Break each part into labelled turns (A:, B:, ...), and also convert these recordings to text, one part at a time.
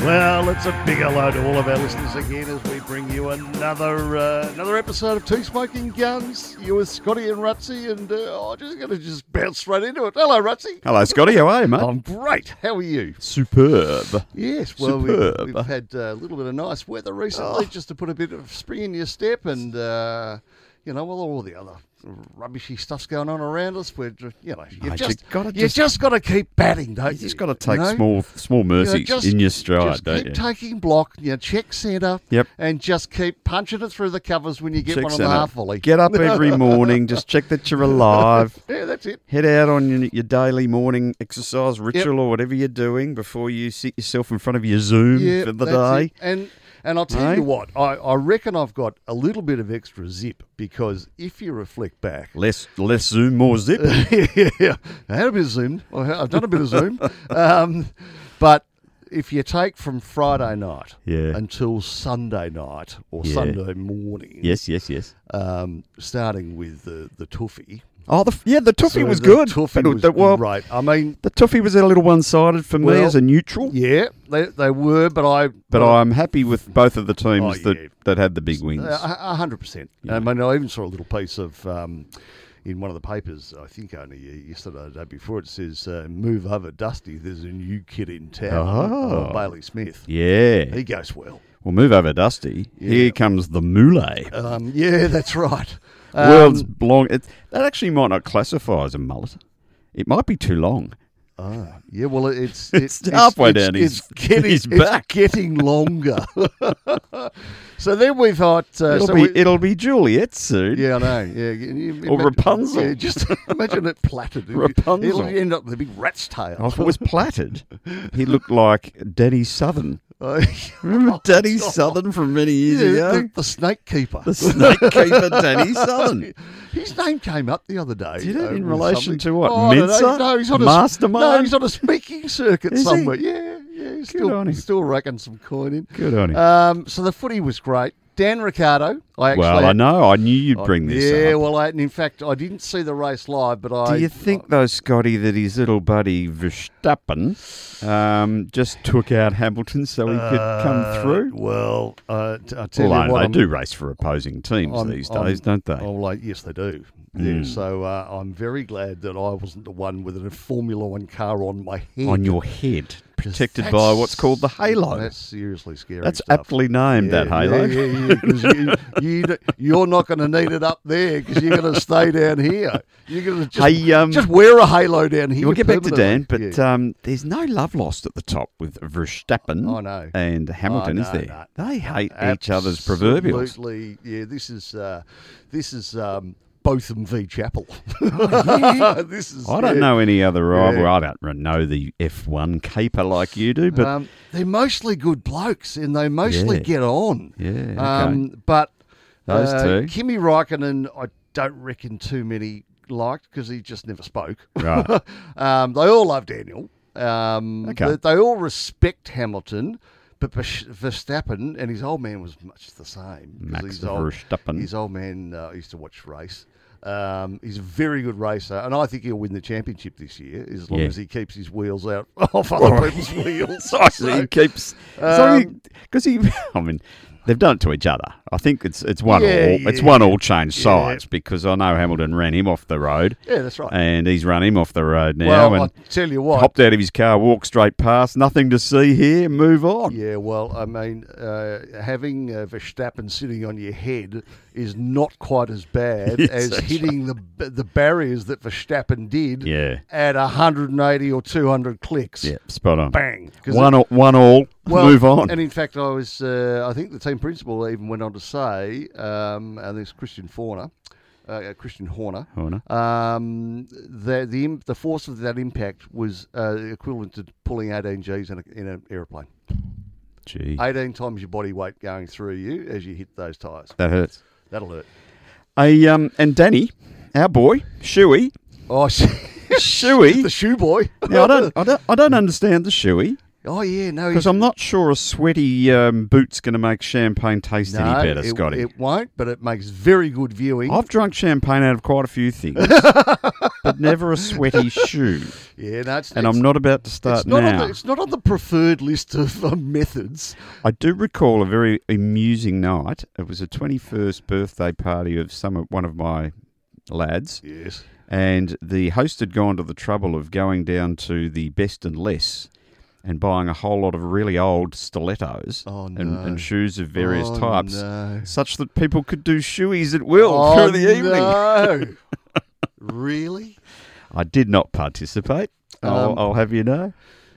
A: It's a big hello to all of our listeners again as we bring you another uh, another episode of Two Smoking Guns. You with Scotty and Rutsy, and uh, I'm just going to just bounce straight into it. Hello, Rutsy.
B: Hello, Scotty. How are you, mate?
A: I'm great. How are you?
B: Superb.
A: Yes, well, we've,
B: Superb.
A: we've had uh, a little bit of nice weather recently, just to put a bit of spring in your step, and uh, you know, well, all the other rubbishy stuff's going on around us. We're, ju- you know, you
B: Mate, you
A: just you
B: gotta
A: just,
B: just-
A: got to keep batting, don't you?
B: You just got to take
A: you know?
B: small small
A: You know,
B: mercies
A: just-
B: in your stride,
A: just
B: don't
A: keep
B: you?
A: taking block, you know, check centre,
B: Yep.
A: and just keep punching it through the covers when you get
B: Check
A: one on
B: centre.
A: the half volley.
B: Get up every morning. Just check that you're alive.
A: yeah, that's it.
B: Head out on your, your daily morning exercise ritual or whatever you're doing before you sit yourself in front of your Zoom
A: Yeah,
B: for the
A: that's
B: day.
A: it. And and I'll tell
B: Right?
A: you what, I, I reckon I've got a little bit of extra zip because if you reflect back,
B: Less less Zoom, more zip.
A: yeah, I had a bit of Zoom. I ha- I've done a bit of Zoom, um, but if you take from Friday night
B: Yeah.
A: until Sunday night or
B: Yeah.
A: Sunday morning,
B: yes, yes, yes.
A: um, starting with the the toffee.
B: Oh, the, f- yeah, the toffee
A: So
B: was
A: the
B: good.
A: Toffee
B: But it-
A: was
B: the, well,
A: great. I mean,
B: the toffee was a little one sided for me
A: Well,
B: as a neutral.
A: yeah, they, they were, but I
B: But I'm happy with both of the teams
A: Oh,
B: that,
A: yeah.
B: that had the big wins.
A: A a hundred percent. I mean, I even saw a little piece of um, in one of the papers, I think only uh, yesterday or the day before, it says, uh, "Move over, Dusty. There's a new kid in town,
B: Oh.
A: Bailey Smith.
B: yeah.
A: He goes well.
B: Well, move over, Dusty. Here comes the mullet.
A: Um, yeah, that's right. Um,
B: World's long. It, that actually might not classify as a mullet. It might be too long.
A: ah, yeah, well, it's
B: It's halfway down his-
A: getting,
B: his
A: it's
B: back.
A: getting longer. so then we've got uh,
B: it'll
A: so
B: be
A: we-
B: it'll be Juliet soon.
A: Yeah, I know. Yeah, you- you
B: Or Rapunzel.
A: Yeah, just imagine it plaited.
B: Rapunzel.
A: It'll end up with a big rat's tail.
B: Oh, if it was plaited, he looked like Daddy Southern.
A: Uh,
B: Remember Daddy Southern from many years
A: yeah,
B: ago?
A: the, the snake keeper.
B: The snake keeper Daddy Southern.
A: His name came up the other day.
B: Did it?
A: uh,
B: In
A: with
B: relation
A: something.
B: to what?
A: I don't know.
B: Mensa?
A: No, he's on
B: Mastermind?
A: A, no, he's on a speaking circuit
B: Is he?
A: somewhere. Yeah, yeah. He's still,
B: on him.
A: still racking some coin in.
B: Good on him.
A: Um, so the footy was great. Dan Ricardo, I actually
B: well, I
A: had-
B: know. I knew you'd bring this
A: Yeah,
B: up.
A: well, I, and in fact, I didn't see the race live, but I
B: Do you think, though, Scotty, that his little buddy Verstappen um, just took out Hamilton so he could come
A: Uh,
B: through?
A: Well, uh, t- I tell
B: Well, I
A: you what,
B: they
A: I'm-
B: do race for opposing teams
A: I'm-
B: these
A: I'm-
B: days, don't they? Hmm.
A: Oh, like yes, they do. Yeah, so uh, I'm very glad that I wasn't the one with a Formula One car on my head.
B: On your head,
A: Because
B: protected
A: that's-
B: by what's called the halo.
A: That's
B: That's,
A: seriously scary. stuff.
B: aptly named, that
A: Yeah,
B: halo.
A: Yeah, yeah, yeah, 'cause you, you, d- you're not going to need it up there because you're going to stay down here. You're going to just,
B: Hey, um,
A: just wear a halo down here.
B: We'll get back to Dan,
A: permanently.
B: but
A: Yeah.
B: um, there's no love lost at the top with Verstappen
A: I know.
B: and Hamilton,
A: Oh,
B: is
A: no,
B: there? They hate uh, each other's
A: Absolutely,
B: proverbials.
A: Yeah, this is uh, this is um, Botham v Chapel. this is.
B: Oh, I don't
A: yeah.
B: know any other rival.
A: Yeah.
B: I don't re- know the F1 caper like you do, but
A: um, they're mostly good blokes, and they mostly
B: Yeah.
A: get on.
B: Yeah, okay.
A: Um, but uh,
B: Those two.
A: Kimi Raikkonen, I don't reckon too many liked because he just never spoke.
B: Right.
A: um, they all love Daniel. Um,
B: Okay.
A: they, they all respect Hamilton, but Verst- Verstappen and his old man was much the same. 'cause
B: Max
A: his old,
B: Verstappen.
A: His old man uh, used to watch race. Um, he's a very good racer, and I think he'll win the championship this year as long
B: Yeah.
A: as he keeps his wheels out off other people's wheels.
B: So he keeps because he, I mean, they've done it to each other. I think it's it's one
A: Yeah,
B: all. It's
A: yeah,
B: one all change
A: yeah.
B: sides because I know Hamilton ran him off the road,
A: Yeah, that's right.
B: and he's run him off the road now,
A: well, I
B: and
A: tell you what.
B: hopped out of his car, walked straight past, nothing to see here, move on.
A: Yeah, well, I mean, uh, having uh, Verstappen sitting on your head is not quite as bad
B: Yes,
A: as
B: that's
A: hitting the the barriers that Verstappen did
B: Yeah.
A: at 180 or 200 clicks.
B: Yeah, spot on.
A: Bang. 'Cause
B: One all, one all,
A: Well,
B: move on.
A: And in fact, I was, uh, I think the team principal even went on to say, um, and there's Christian Fauna, uh, uh, Christian Horner,
B: Horner.
A: Um, the, the, im- the force of that impact was uh, equivalent to pulling 18 Gs in, a, in an aeroplane.
B: Gee,
A: 18 times your body weight going through you as you hit those tyres.
B: that hurts.
A: That'll hurt.
B: I, um, and Danny, our boy, Shuey,
A: Oh, the
B: Shuey.
A: shoe boy.
B: Now I don't, I don't, I don't understand the Shuey.
A: Oh, yeah, no.
B: Because
A: he's-
B: I'm not sure a sweaty um, boot's going to make champagne taste
A: no,
B: any better,
A: it,
B: Scotty.
A: It won't, but it makes very good viewing.
B: I've drunk champagne out of quite a few things, but never a sweaty shoe.
A: Yeah, no, it's,
B: And
A: it's-
B: I'm not about to start
A: it's not
B: now.
A: On the, it's not on the preferred list of uh, methods.
B: I do recall a very amusing night. It was a 21st birthday party of some of- one of my lads,
A: Yes.
B: and the host had gone to the trouble of going down to the best and less and buying a whole lot of really old stilettos
A: Oh,
B: and,
A: no.
B: and shoes of various
A: Oh,
B: types,
A: No.
B: such that people could do shoeies at will
A: Oh,
B: through the evening.
A: No. really?
B: I did not participate.
A: Um,
B: I'll, I'll have you know.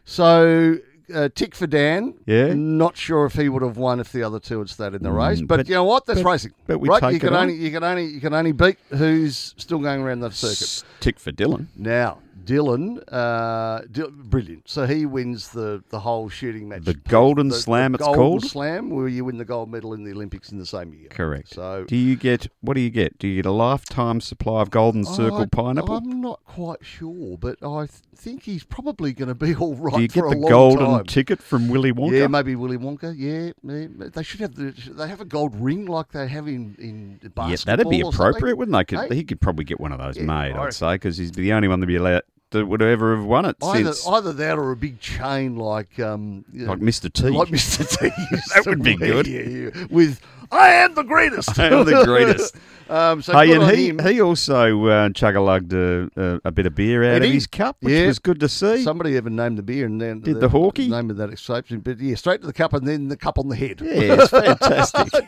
A: So, uh, tick for Dan.
B: Yeah.
A: Not sure if he would have won if the other two had stayed in the race,
B: Mm,
A: but,
B: but-
A: you know what? That's
B: but-
A: racing.
B: but we
A: right?
B: take
A: you
B: it
A: can
B: on.
A: only you can only you can only beat who's still going around the circuit.
B: Tick for Dylan.
A: Now, Dylan, uh, Dil- brilliant. So he wins the, the whole shooting match.
B: The Golden
A: The- the
B: Slam, it's
A: Golden
B: called.
A: Slam, where you win the gold medal in the Olympics in the same year.
B: Correct.
A: So
B: Do you get what do you get? Do you get a lifetime supply of golden circle
A: I-
B: pineapple?
A: I'm not quite sure, but I th- think he's probably going to be all right.
B: do you get
A: for
B: the
A: a long
B: golden
A: time.
B: ticket from Willy Wonka?
A: Yeah, maybe Willy Wonka. Yeah, yeah, they should have the. They have a gold ring like they have in in basketball.
B: Yeah, that'd be
A: or something.
B: appropriate, wouldn't they? Could,
A: Hey.
B: he could probably get one of those
A: Yeah, I
B: made,
A: reckon.
B: I'd say, because he's the only one to be allowed that would ever have won it
A: Either,
B: since,
A: either that or a big chain like um you know,
B: like Mr. T.
A: like Mr. T. used
B: That
A: to
B: would be
A: wear,
B: good.
A: yeah, yeah, With I am the greatest.
B: I am the greatest.
A: um, so
B: Hey,
A: good
B: and
A: on
B: he,
A: him.
B: he also uh, chug-a-lugged a, a, a bit of beer out
A: Did
B: of
A: he?
B: his cup, which
A: Yeah.
B: was good to see.
A: Somebody even named the beer and then
B: Did the Hawkey?
A: name of that escapes me, but yeah, straight to the cup and then the cup on the head.
B: yeah, it's fantastic.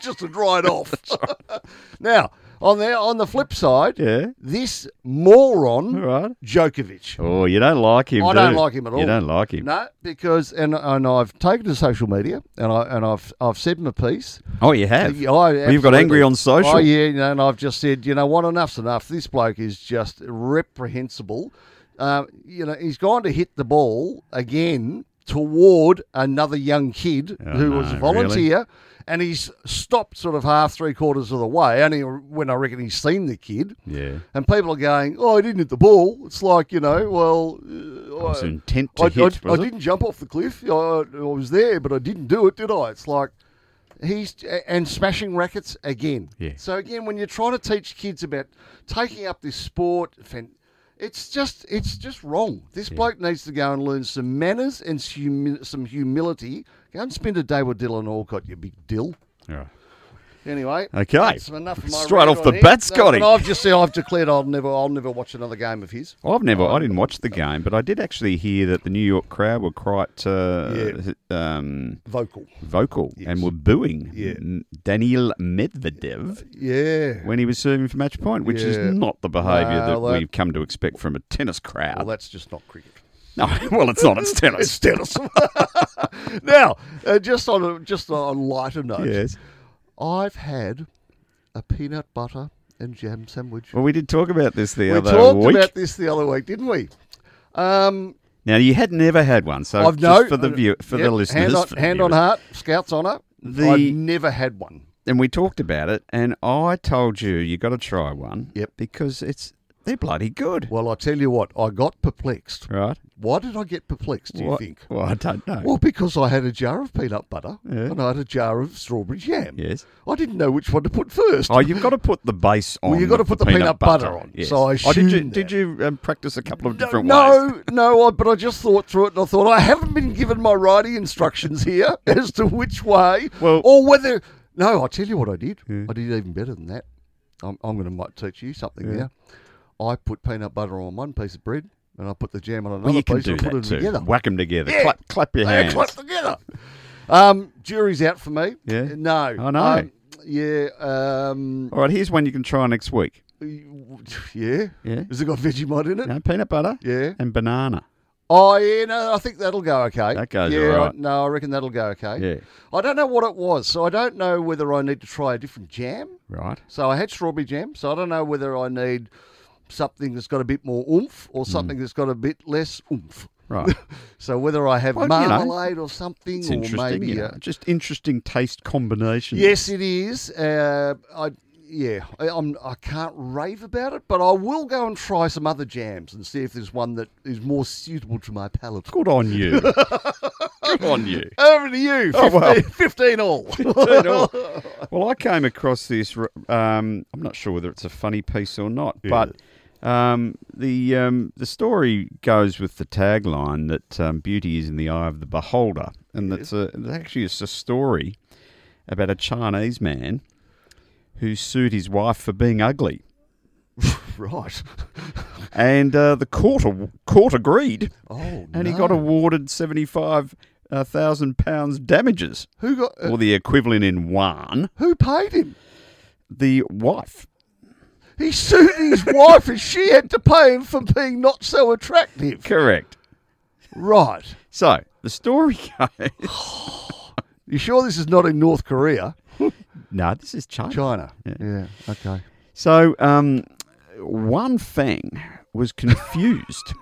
A: just to dry it off. now on the on the flip side,
B: yeah,
A: this moron
B: all right.
A: Djokovic.
B: Oh, you don't like him,
A: I don't
B: do you?
A: like him at all.
B: You don't like him.
A: No, because and and I've taken to social media and I and I've I've said my piece.
B: Oh, you have.
A: Yeah, I
B: Well, you've got
A: absolutely-
B: angry on social.
A: Oh yeah, you know, and I've just said, you know what, enough's enough. This bloke is just reprehensible. Uh, you know, he's gone to hit the ball again toward another young kid
B: Oh,
A: who was
B: no,
A: a volunteer, and he's stopped sort of half three quarters of the way. Only when I reckon he's seen the kid,
B: Yeah.
A: and people are going, "Oh, he didn't hit the ball." It's like you know, well, uh,
B: It was
A: I-
B: intent to
A: I,
B: hit,
A: I,
B: was
A: I
B: it?
A: didn't jump off the cliff. I, I was there, but I didn't do it, did I? It's like he's and smashing rackets again.
B: Yeah.
A: So again, when you're trying to teach kids about taking up this sport, fan- it's just it's just wrong. This bloke needs to go and learn some manners and humi- some humility. Go and spend a day with Dylan Alcott, you big dill.
B: All
A: Anyway.
B: right. Okay.
A: that's enough of my
B: Straight
A: rant on
B: off the
A: him.
B: bat,
A: No,
B: Scotty.
A: and I've just said I've declared I'll never I'll never watch another game of his.
B: I've never, I didn't watch the game, but I did actually hear that the New York crowd were quite uh, um,
A: Vocal.
B: vocal and were booing
A: Yeah.
B: M- Daniil Medvedev
A: Yeah.
B: when he was serving for match point, which
A: Yeah. uh,
B: is not the behaviour
A: No,
B: that,
A: that-
B: we've come to expect from a tennis crowd.
A: Well, that's just not cricket.
B: no, well, it's not, it's tennis.
A: tennis. now, uh, just on a, just on a lighter note,
B: yes.
A: I've had a peanut butter and jam sandwich.
B: Well, we did talk about this the
A: we
B: other
A: talked
B: Oh, week.
A: about this the other week, didn't we? Um,
B: now, you had never had one, so
A: I've
B: Uh, just
A: no
B: for the view, for
A: yeah,
B: the listeners,
A: Hand on,
B: for the
A: hand on
B: viewers.
A: heart, scouts on it.
B: The-
A: I've never had one.
B: and we talked about it, and I told you you got to try one.
A: Yep.
B: Because it's they're bloody good,
A: Well, I tell you what, I got perplexed.
B: right?
A: Why did I get perplexed? Do you
B: What-
A: think?
B: Well, I don't know.
A: Well, because I had a jar of peanut butter
B: Yeah.
A: and I had a jar of strawberry jam.
B: yes.
A: I didn't know which one to put first.
B: Oh, you've got to put the base on.
A: Well, you've got to put the peanut butter on,
B: Yes.
A: so I
B: oh, did you
A: assumed
B: did you um, practice a couple of
A: No,
B: different ways?
A: no, no, I- but I just thought through it and I thought I haven't been given my writing instructions here as to which way
B: Well-
A: or whether. No, I'll tell you what I did. I did even better than that. I'm, I'm going to might teach you something now. I put peanut butter on one piece of bread and I put the jam on another
B: Well, you can
A: piece
B: do
A: and put
B: that
A: it
B: too.
A: together.
B: Whack them together.
A: Yeah.
B: Clap, clap your
A: They
B: hands.
A: clash together. Um, jury's out for me.
B: Yeah?
A: No.
B: I know.
A: Um, yeah. Um,
B: All right, here's one you can try next week.
A: yeah.
B: Yeah.
A: Has it got Vegemite in it?
B: No, peanut butter
A: Yeah.
B: and banana.
A: Oh yeah, no, I think that'll go okay.
B: That goes
A: yeah,
B: all right.
A: I- no, I reckon that'll go okay.
B: Yeah.
A: I don't know what it was, so I don't know whether I need to try a different jam.
B: Right.
A: So I had strawberry jam, so I don't know whether I need something that's got a bit more oomph
B: Hmm.
A: or something that's got a bit less oomph.
B: Right.
A: So whether I have
B: Well, you know,
A: marmalade or something,
B: It's
A: or
B: interesting.
A: maybe
B: you
A: a-
B: know, Hmm. just interesting taste combinations.
A: yes, it is. Uh, I yeah, I, I'm I can't rave about it, but I will go and try some other jams and see if there's one that is more suitable to my palate.
B: Good on you. Good on you.
A: Over to you. 15,
B: Oh, wow.
A: 15 all.
B: At all. Well, I came across this. Um, I'm not sure whether it's a funny piece or not, but Um, the um, the story goes with the tagline that um, beauty is in the eye of the beholder, and that's a it's actually it's a story about a Chinese man who sued his wife for being ugly,
A: Right.
B: and uh, the court aw- court agreed,
A: Oh,
B: and he got awarded seventy five thousand pounds damages,
A: who got uh,
B: or the equivalent in yuan.
A: who paid him?
B: The wife.
A: He sued his wife, and she had to pay him for being not so attractive.
B: Correct.
A: Right.
B: So the story goes.
A: You sure this is not in North Korea,
B: no, this is China.
A: China? Yeah. okay.
B: So, um, Wan Fang was confused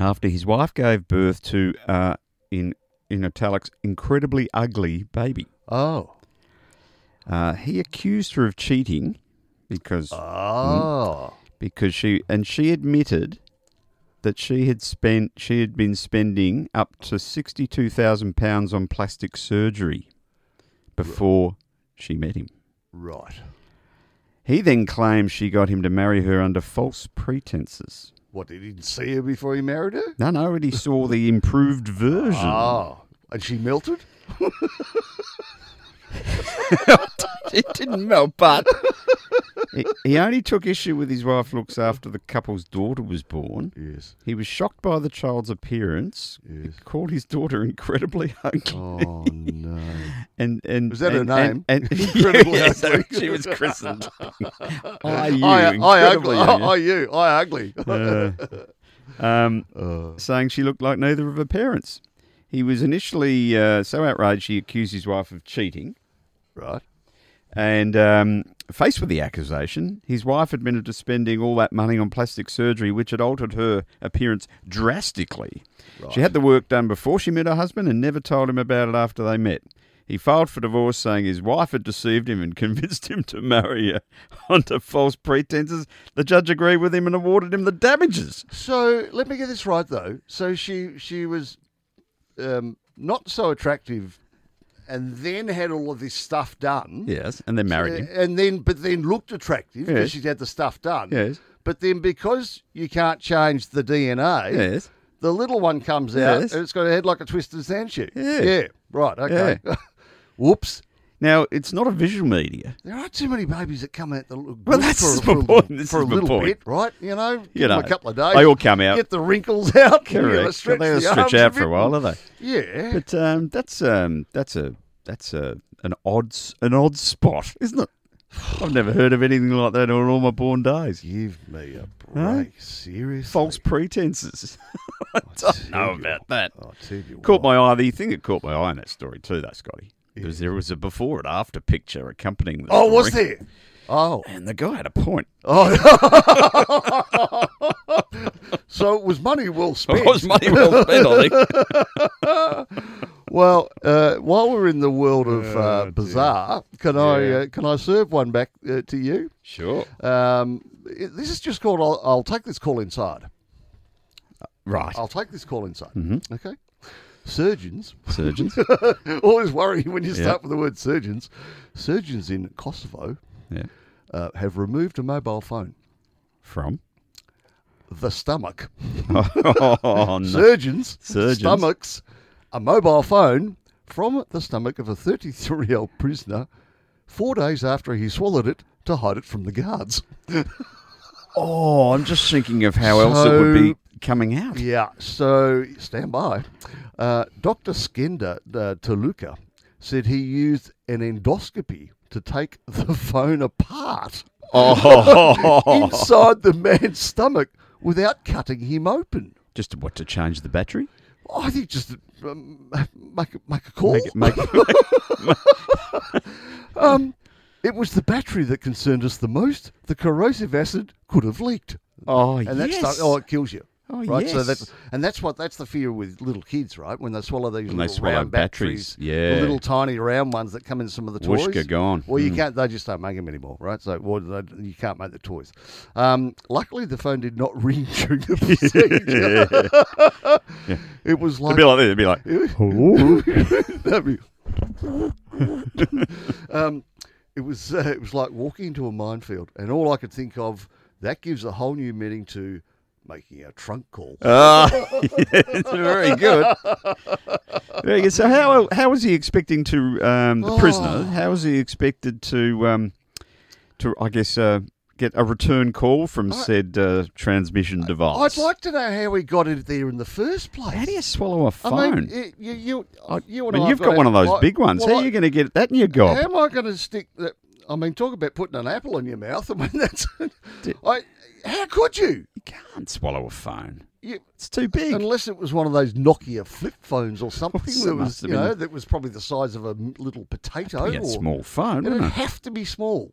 B: after his wife gave birth to, uh, in in italics, incredibly ugly baby.
A: Oh.
B: Uh, he accused her of cheating because
A: Hmm. Oh.
B: because she and she admitted that she had spent she had been spending up to sixty two thousand pounds on plastic surgery before she met him.
A: Right.
B: He then claims she got him to marry her under false pretenses.
A: What, he didn't see her before he married her?
B: No, no, but he saw the improved version.
A: Oh. And she melted?
B: It didn't melt, but he, he only took issue with his wife's looks after the couple's daughter was born.
A: Yes.
B: He was shocked by the child's appearance.
A: Yes.
B: He called his daughter incredibly ugly.
A: Oh, no.
B: And and
A: Was that her
B: and- and-
A: name?
B: And,
A: Incredibly
B: yes,
A: ugly.
B: she was christened. I, you,
A: I, I, ugly.
B: incredibly
A: I,
B: ugly.
A: I, you. I, ugly.
B: Uh, um,
A: Uh,
B: saying she looked like neither of her parents. He was initially uh, so outraged he accused his wife of cheating.
A: right.
B: And um, faced with the accusation, his wife admitted to spending all that money on plastic surgery, which had altered her appearance drastically. She had the work done before she met her husband and never told him about it after they met. He filed for divorce, saying his wife had deceived him and convinced him to marry her under false pretenses. The judge agreed with him and awarded him the damages.
A: So let me get this right, though. So she she was um, not so attractive, and then had all of this stuff done.
B: Yes, and then married him.
A: Uh, And then, but then looked attractive because
B: Yes.
A: she'd had the stuff done.
B: Yes.
A: But then, because you can't change the DNA,
B: Yes.
A: the little one comes out
B: Yes.
A: and it's got a head like a twisted sandshoe.
B: Yeah.
A: Right. Okay. Whoops.
B: Now, it's not a visual media.
A: There are too many babies that come out that look
B: Well,
A: good
B: that's
A: for, a- for a
B: my
A: little,
B: point. This
A: for
B: is
A: a
B: my
A: little
B: point.
A: bit, right? You know, give
B: You
A: them
B: know,
A: a couple of days.
B: they all come out.
A: Get the wrinkles out. you
B: Correct.
A: gotta stretch
B: they
A: the
B: stretch
A: arms
B: out
A: bit.
B: for a while, are they?
A: Yeah.
B: But um, that's um, that's a that's a an odd s- an odd spot, isn't it? I've never heard of anything like that in all my born days.
A: Give me a break.
B: Huh?
A: Seriously.
B: False pretenses. I don't know about that.
A: I'll tell you
B: Caught
A: what.
B: my eye. The thing that caught my eye in that story too, though, Scotty, was there was a before and after picture accompanying the
A: Oh,
B: story.
A: was there? Oh.
B: And the guy had a point.
A: So it was money well
B: Oh, It
A: spent.
B: was money well spent, I think.
A: Well, uh, while we're in the world of uh, bizarre, can I
B: Oh, Yeah.
A: uh, can I serve one back uh, to you?
B: Sure.
A: Um, it- this is just called. I'll, I'll take this call inside.
B: Right.
A: I'll take this call inside.
B: Mm-hmm.
A: Okay. Surgeons.
B: Surgeons.
A: Always worry when you
B: Yeah.
A: start with the word surgeons. Surgeons in Kosovo
B: Yeah.
A: uh, have removed a mobile phone.
B: From.
A: The stomach.
B: oh no.
A: Surgeons,
B: Surgeons.
A: stomachs, a mobile phone from the stomach of a 33 year old prisoner four days after he swallowed it to hide it from the guards.
B: Oh, I'm just thinking of how else it would be coming out.
A: Yeah, so stand by. Uh, Dr. Skender uh, Toluka said he used an endoscopy to take the phone apart
B: Oh,
A: inside the man's stomach without cutting him open.
B: just to, what to change the battery?
A: I think just um, make, a- make a call.
B: Make it, make it,
A: Um, it was the battery that concerned us the most. The corrosive acid could have leaked,
B: oh,
A: and
B: yes.
A: that's oh, it kills you.
B: Oh,
A: right. So
B: yes.
A: that's and that's what that's the fear with little kids, right? When they swallow these
B: When they
A: little
B: swallow
A: round
B: batteries,
A: batteries,
B: yeah.
A: the little tiny round ones that come in some of the toys.
B: Whooshka gone.
A: Well, you can't. They just don't make them anymore, right? So well, they, you can't make the toys. Um, luckily, the phone did not ring during the procedure. It was
B: Mm. It'd
A: like
B: be like this. It'd be like, hello?
A: That'd be. um, it was uh, it was like walking into a minefield, and all I could think of That gives a whole new meaning to making a trunk call.
B: Ah, yes, very good. Very good. So how how was he expecting to um, the
A: Oh.
B: prisoner? How was he expected to um, to I guess uh, get a return call from said uh, transmission device?
A: I'd like to know how he got it there in the first place.
B: How do you swallow a phone?
A: I mean, it- you, you, you
B: I
A: and
B: mean,
A: I
B: you've
A: have
B: got one of those
A: I-
B: big ones.
A: well,
B: how are you going to get that in your
A: I-
B: gob?
A: How am I going to stick that? I mean, talk about putting an apple in your mouth. I mean, that's. I, how could you?
B: You can't swallow a phone.
A: you
B: It's too big.
A: Unless it was one of those Nokia flip phones or something
B: Well,
A: that
B: it must
A: was,
B: have
A: you know,
B: been-
A: that was probably the size of a m- little potato.
B: It'd be
A: or,
B: a small phone,
A: It'd
B: wouldn't it?
A: have to be small.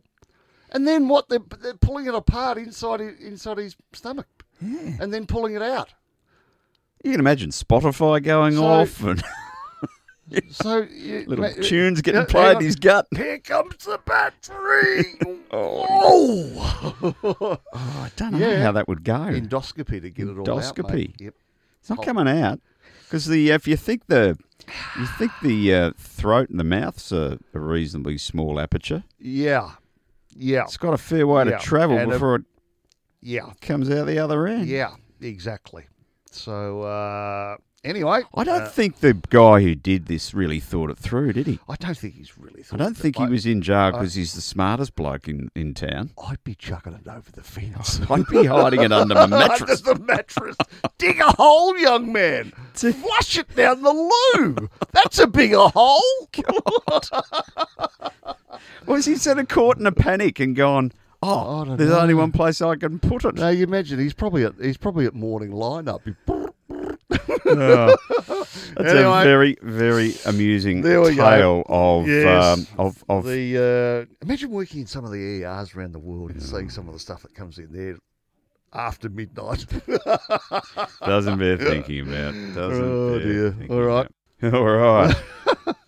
A: And then what? They're, they're pulling it apart inside i- inside his stomach, and then pulling it out.
B: You can imagine Spotify going
A: So-
B: off and
A: So you,
B: little
A: ma-
B: tunes getting
A: hang
B: played in
A: on.
B: his gut.
A: Here comes the battery.
B: Oh,
A: oh,
B: I don't know
A: Yeah.
B: how that would go.
A: endoscopy to get it all out. mate.
B: Endoscopy.
A: Yep.
B: It's not coming out because the if you think the you think the uh, throat and the mouth's a, a reasonably small aperture.
A: Yeah. Yeah.
B: It's got a fair way
A: Yeah,
B: to travel
A: and a-
B: before it
A: Yeah.
B: comes out the other end.
A: Yeah. Exactly. So uh, anyway, uh,
B: I don't think the guy who did this really thought it through, did he?
A: I don't think he's really.
B: I
A: thought
B: don't
A: that
B: think he
A: I-
B: was in jail because he's the smartest bloke in, in town.
A: I'd be chucking it over the fence.
B: I'd be hiding it under my
A: Under
B: mattress.
A: the mattress. Dig a hole, young man.
B: a-
A: Flush it down the loo. That's a bigger hole.
B: Oh, Or is he sort of caught in a panic and gone,
A: I
B: oh,
A: don't
B: there's
A: know.
B: only one place I can put it.
A: Now you imagine he's probably at he's probably at morning lineup. He-
B: Oh, that's
A: Anyway.
B: a very, very amusing
A: There we go.
B: tale of
A: Yes.
B: um, of of
A: The uh, imagine working in some of the ERs around the world and seeing some of the stuff that comes in there after midnight.
B: doesn't bear thinking about. Doesn't
A: Oh,
B: bear
A: dear.
B: thinking
A: All right.
B: about. All right.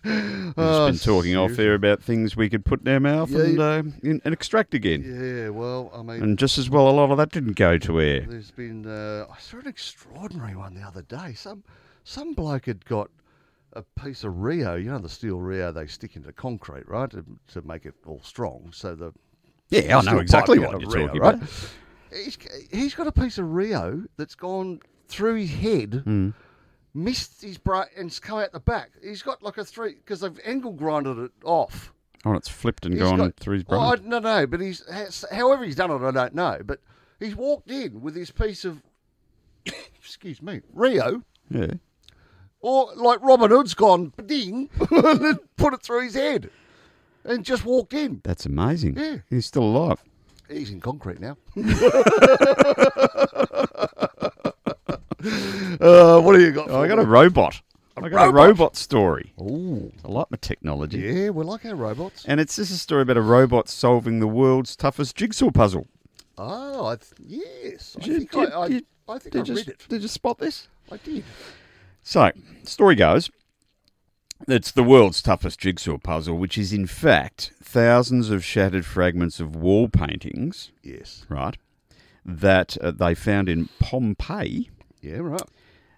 B: We've
A: Oh,
B: just been talking off here about things we could put in our mouth
A: Yeah,
B: and,
A: you-
B: uh, in, and extract again.
A: Yeah, well, I mean,
B: And just as well, a lot of that didn't go to air.
A: There's been uh, I saw an extraordinary one the other day. Some some bloke had got a piece of Rio, you know the steel Rio they stick into concrete, right, to, to make it all strong. So the
B: Yeah, I
A: steel
B: know Oh, exactly
A: pipe
B: what
A: out
B: you're
A: of Rio,
B: talking
A: right?
B: about.
A: He's, he's got a piece of Rio that's gone through his head,
B: Hmm.
A: missed his brain, and's come out the back. He's got like a three because they've angle grinded it off.
B: Oh, it's flipped and
A: He's
B: gone
A: got-
B: through his brain.
A: Well, I don't know, but he's has- however he's done it, I don't know. But he's walked in with his piece of excuse me Rio,
B: yeah.
A: or like Robin Hood's gone ding, and put it through his head, and just walked in.
B: That's amazing.
A: Yeah.
B: He's still alive.
A: He's in concrete now. uh, what do you got?
B: Oh, I
A: for
B: got
A: me?
B: a robot. I got a
A: robot?
B: robot story.
A: Ooh.
B: I like my technology.
A: Yeah, we like our robots.
B: And it's just a story about a robot solving the world's toughest jigsaw puzzle.
A: Oh, I th- yes. I
B: Did you-
A: think I,
B: did
A: I,
B: you-
A: I, think
B: did
A: I
B: you just-
A: read it.
B: Did you spot this?
A: I did.
B: So, story goes it's the world's toughest jigsaw puzzle, which is in fact thousands of shattered fragments of wall paintings,
A: Yes.
B: right, that uh, they found in Pompeii
A: Yeah, right.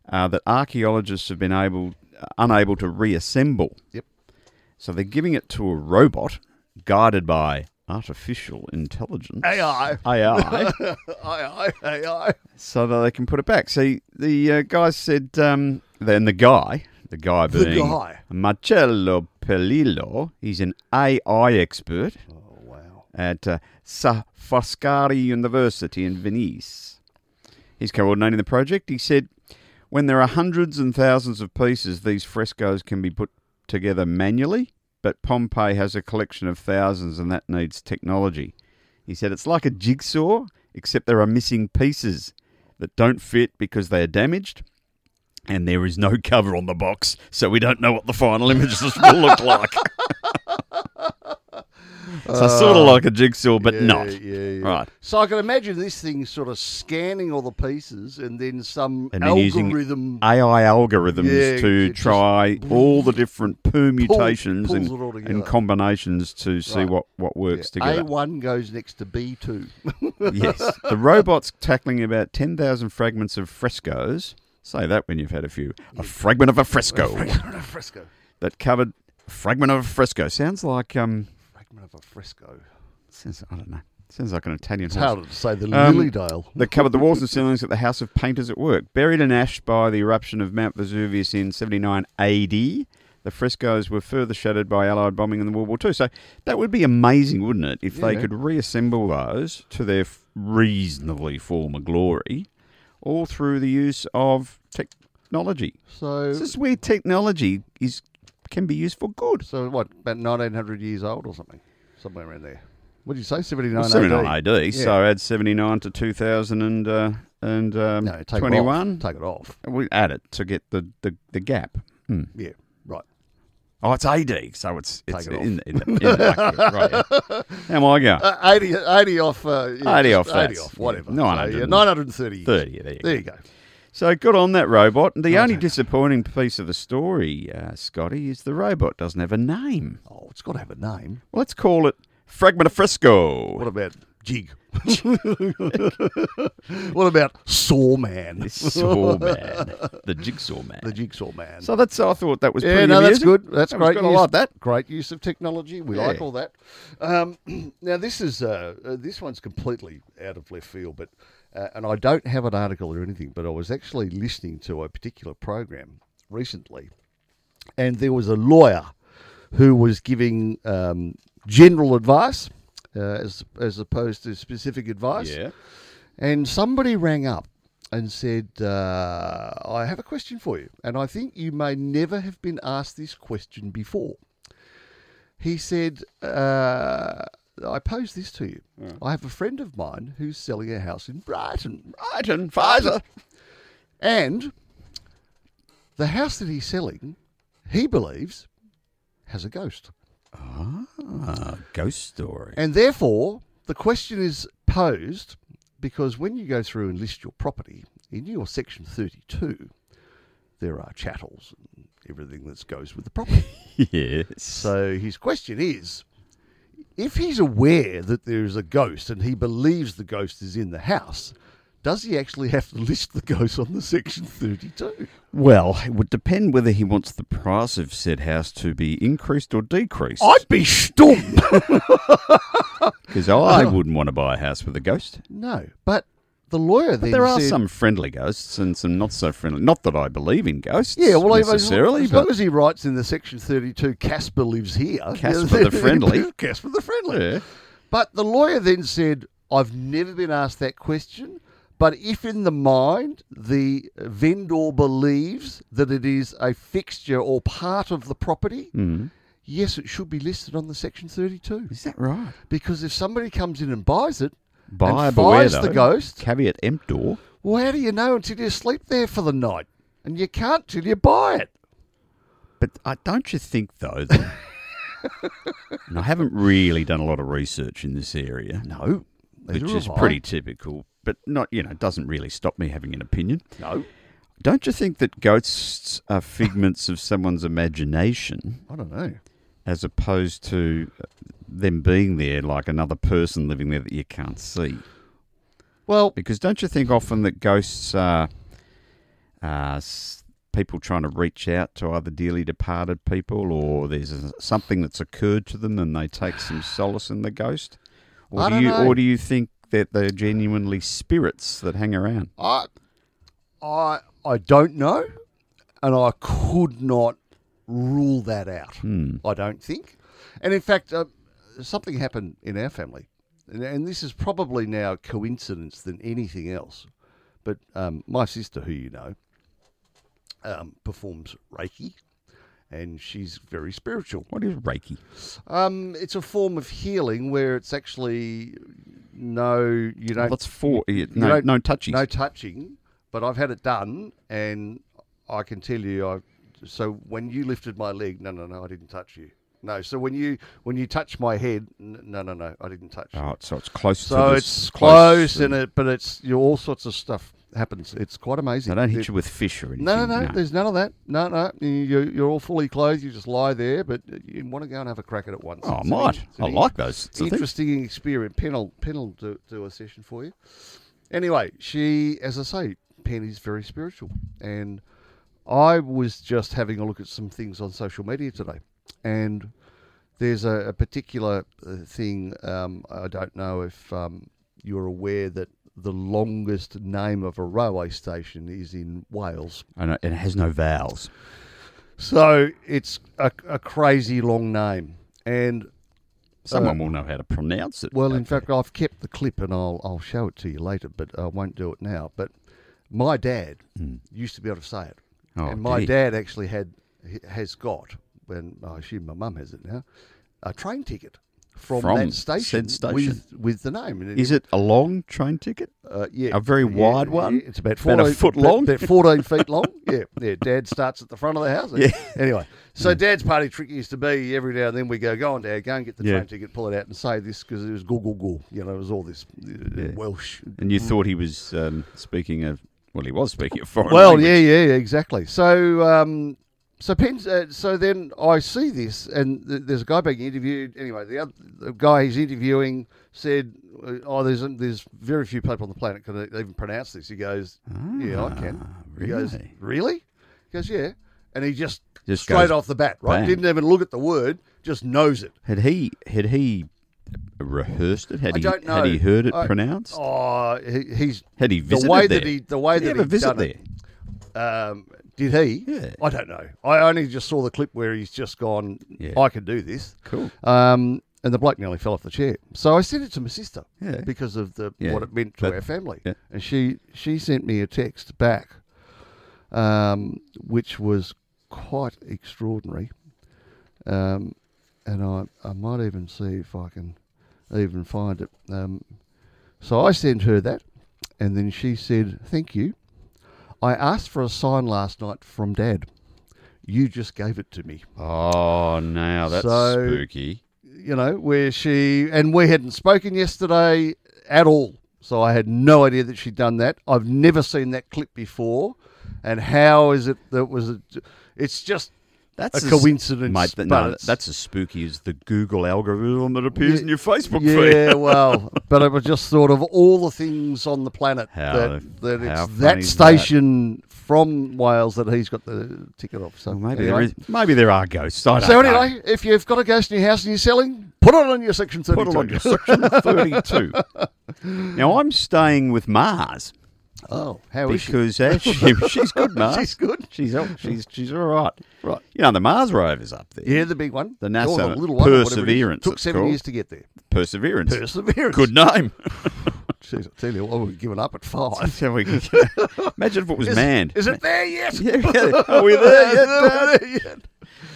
B: uh, that archaeologists have been able, uh, unable to reassemble.
A: Yep.
B: So they're giving it to a robot guided by artificial intelligence.
A: AI.
B: AI.
A: Aye, aye, aye, aye.
B: so that they can put it back. See, the uh, guy said, um, then the guy, the guy
A: The
B: being
A: guy.
B: Marcello Pelillo, he's an AI expert
A: Oh, wow.
B: at uh, Sa Foscari University in Venice. He's coordinating the project. He said, when there are hundreds and thousands of pieces, these frescoes can be put together manually, but Pompeii has a collection of thousands and that needs technology. He said, it's like a jigsaw, except there are missing pieces that don't fit because they are damaged. And there is no cover on the box, so we don't know what the final images will look like. so sort of like a jigsaw, but
A: Yeah,
B: not.
A: yeah, yeah.
B: Right.
A: So I can imagine this thing sort of scanning all the pieces and then some
B: And then using
A: algorithm
B: AI algorithms
A: Yeah, it
B: to
A: just
B: try all the different permutations
A: pulls
B: and,
A: it all together.
B: and combinations to see
A: Right.
B: what, what works together.
A: A1 goes next to B2.
B: yes. The robot's tackling about 10,000 fragments of frescoes. Say that when you've had a few. A fragment of a fresco
A: Fragment of fresco.
B: that covered. Fragment of a fresco sounds like um
A: Fragment of a fresco.
B: sounds I don't know Sounds like an Italian
A: It's
B: horse.
A: hard to say the
B: Um,
A: Lilydale.
B: that covered the walls and ceilings at the House of Painters at Work. Buried in ash by the eruption of Mount Vesuvius in 79 AD, the frescoes were further shattered by Allied bombing in the World War II. So that would be amazing, wouldn't it, if they
A: Yeah.
B: could reassemble those to their f- reasonably former glory, all through the use of technology.
A: So,
B: This is where technology is can be used for good.
A: so what? About nineteen hundred years old or something, somewhere around there. What did you say? Seventy nine.
B: Well, 79 AD,
A: Yeah.
B: so add 79 to 2000 and, uh, and um,
A: No, take It
B: 21.
A: off. Take it off.
B: We add it to get the the, the gap. Hmm.
A: Yeah. Right.
B: Oh, it's AD, so it's it's
A: Take it
B: in, in, the- in the bucket, right? yeah. How am I going?
A: Uh, 80, 80 off. Uh, yeah,
B: 80
A: just
B: off,
A: 80
B: that's-
A: off. Whatever.
B: yeah,
A: So,
B: 900.
A: yeah, 930 years.
B: Thirty. There you
A: There
B: go.
A: you go.
B: So good on that robot. And the
A: Well
B: only
A: done.
B: disappointing piece of the story, uh, Scotty, is the robot doesn't have a name.
A: Oh, it's got to have a name.
B: Well, let's call it Fragment of Fresco.
A: What about Jig? what about Saw Man?
B: Saw man, the jigsaw man.
A: The Jigsaw Man.
B: so that's I thought that was
A: yeah,
B: pretty
A: no, that's
B: amusing.
A: good. That's
B: That was
A: great.
B: good. I
A: use-
B: like that.
A: Great use of technology. We like
B: Yeah.
A: all that. Um, now this is uh, uh, this one's completely out of left field, but uh, and I don't have an article or anything, but I was actually listening to a particular program recently, and there was a lawyer who was giving um, general advice uh, as as opposed to specific advice.
B: Yeah.
A: And somebody rang up and said, uh, I have a question for you. And I think you may never have been asked this question before. He said, uh, I pose this to you. I have a friend of mine who's selling a house in Brighton.
B: Right and Pfizer.
A: And the house that he's selling, he believes, has a ghost.
B: Ah, ghost story.
A: And therefore, the question is posed because when you go through and list your property, in your section 32, there are chattels and everything that goes with the property.
B: yes.
A: so his question is if he's aware that there is a ghost and he believes the ghost is in the house, does he actually have to list the ghost on the section 32?
B: Well, it would depend whether he wants the price of said house to be increased or decreased.
A: I'd be stumped.
B: Because I wouldn't want to buy a house with a ghost.
A: no, but the lawyer
B: But
A: then
B: there are
A: said-
B: some friendly ghosts and some not so friendly. Not that I believe in ghosts.
A: Yeah, well, I-
B: necessarily,
A: as
B: but
A: long as he writes in the section thirty-two, Casper lives here.
B: Casper the Friendly.
A: Casper the friendly.
B: yeah.
A: But the lawyer then said, "I've never been asked that question, but if in the mind the vendor believes that it is a fixture or part of the property,
B: Mm.
A: yes, it should be listed on the section thirty-two.
B: is that right?
A: Because if somebody comes in and buys it,
B: Buy
A: and
B: beware
A: finds
B: though.
A: the ghost,
B: Caveat emptor.
A: well, how do you know until you sleep there for the night? And you can't till you buy it."
B: But I don't you think though that. and I haven't really done a lot of research in this area,
A: No, neither
B: which is
A: have I.
B: pretty typical. But not, you know, doesn't really stop me having an opinion.
A: No,
B: Don't you think that ghosts are figments of someone's imagination
A: I don't know.
B: as opposed to uh, them being there like another person living there that you can't see?
A: Well,
B: Because don't you think often that ghosts are uh, s- people trying to reach out to either dearly departed people or there's a- something that's occurred to them and they take some solace in the ghost? Or
A: I
B: do
A: don't
B: you
A: know.
B: or do you think that they're genuinely spirits that hang around?
A: I, I, I don't know, and I could not rule that out. I don't think, and in fact, uh, something happened in our family, and, and this is probably now coincidence than anything else. But um, my sister, who you know, um, performs Reiki, and she's very spiritual.
B: What is Reiki?
A: Um, it's a form of healing where it's actually no, you don't
B: What's for? No,
A: don't-
B: no touchies.
A: no touching, but I've had it done, and I can tell you, I. So when you lifted my leg, no, no, no, I didn't touch you. No, so when you when you touch my head, n- no, no, no, I didn't touch. you.
B: Oh, so it's close.
A: so
B: to
A: it's close and it, but it's you know, all sorts of stuff happens. It's quite amazing.
B: I don't hit
A: It-
B: you with fish or anything.
A: No, no, no, There's none of that. No, no. you- You're, you're all fully clothed. You just lie there, but you want to go and have a crack at it once.
B: Oh, I
A: It's an
B: might.
A: in- it's an
B: I
A: in-
B: like those. sorts of things.
A: interesting experience. Pen will, Pen will do, do a session for you. Anyway, she, as I say, Pen is very spiritual. And I was just having a look at some things on social media today. And There's a, a particular uh, thing. Um, I don't know if um, you're aware that the longest name of a railway station is in Wales.
B: And it has no vowels.
A: So it's a, a crazy long name. And
B: Someone will know how to pronounce it. Uh,
A: Well,
B: back
A: in fact, I've kept the clip and I'll I'll show it to you later, but I won't do it now. But my dad used to be able to say it,
B: Hmm. Oh,
A: and my
B: did he?
A: dad actually had h- has got, and I assume my mum has it now, a train ticket from,
B: From
A: that
B: said
A: station,
B: station.
A: with with the name. And it-
B: Is it a long train ticket?
A: uh, yeah,
B: a very
A: yeah,
B: wide
A: yeah,
B: one?
A: It's about
B: About a
A: 14,
B: foot
A: about-
B: long?
A: About fourteen feet long. Yeah, yeah. Dad starts at the front of the house.
B: Yeah.
A: Anyway, so Dad's party trick used to be every now and then we go, go on, Dad, go and get the
B: Yeah.
A: train ticket, pull it out, and say this because it was go go go. You know, it was all this uh, Welsh.
B: And you thought he was um, speaking of, well, he was speaking of foreign
A: Well,
B: language.
A: yeah, yeah, yeah, exactly. So, um, so Pens, uh, so then I see this, and th- there's a guy being interviewed. Anyway, the other the guy he's interviewing said, uh, "Oh, there's there's very few people on the planet can e-, even pronounce this." He goes, "Yeah, I can." He goes,
B: Ah, really?
A: "Really?" He goes, "Yeah," and he just,
B: Just
A: straight
B: goes,
A: off the bat, right?
B: bang.
A: Didn't even look at the word, just knows it.
B: Had he had he rehearsed it? Had
A: I
B: he
A: don't know.
B: had he heard it
A: I-
B: pronounced?
A: Oh, he, he's
B: had he
A: the
B: visited
A: way
B: there?
A: that he the way
B: Did he
A: that
B: ever
A: he
B: visit
A: done
B: there?
A: it. Um, did he?
B: Yeah.
A: I don't know. I only just saw the clip where he's just gone,
B: Yeah.
A: I can do this.
B: Cool.
A: Um, and the bloke nearly fell off the chair. So I sent it to my sister
B: Yeah.
A: because of the
B: Yeah.
A: what it meant to
B: But-
A: our family.
B: yeah.
A: And she, she sent me a text back, um, which was quite extraordinary. Um, and I, I might even see if I can even find it. Um, so I sent her that, and then she said, Thank you. I asked for a sign last night from Dad. You just gave it to me.
B: Oh, now that's
A: So-
B: spooky.
A: You know, where she, and we hadn't spoken yesterday at all. So I had no idea that she'd done that. I've never seen that clip before. And how is it that was, a, it's just
B: That's
A: a
B: as-
A: coincidence.
B: mate. That,
A: but
B: no,
A: it's-
B: that's as spooky as the Google algorithm that appears
A: Yeah,
B: in your Facebook feed.
A: Yeah, well, but it was just sort of all the things on the planet
B: How-
A: that, that
B: how
A: it's
B: funny
A: that
B: is that?
A: station from Wales that he's got the ticket off. So
B: Well, maybe
A: anyway.
B: there is. Maybe there are ghosts. I don't
A: So
B: know.
A: anyway, if you've got a ghost in your house and you're selling, put it on your section
B: Put
A: thirty-two.
B: it on your section thirty-two. now I'm staying with Mars
A: oh, how is she?
B: because uh, she, she's good, Mars.
A: She's good.
B: She's el- she's she's all right.
A: Right.
B: You know the Mars rover's up there.
A: Yeah, the big one.
B: Mm. The
A: Or
B: NASA
A: or whatever it is.
B: Perseverance,
A: Took
B: it's
A: seven
B: called.
A: years to get there.
B: Perseverance.
A: Perseverance.
B: Good name.
A: Jeez, I tell you, what, we've given up at five.
B: So we can- Imagine if it was
A: Is-
B: manned.
A: Is it there yet?
B: yeah, yeah. Are we there yet?
A: There yet?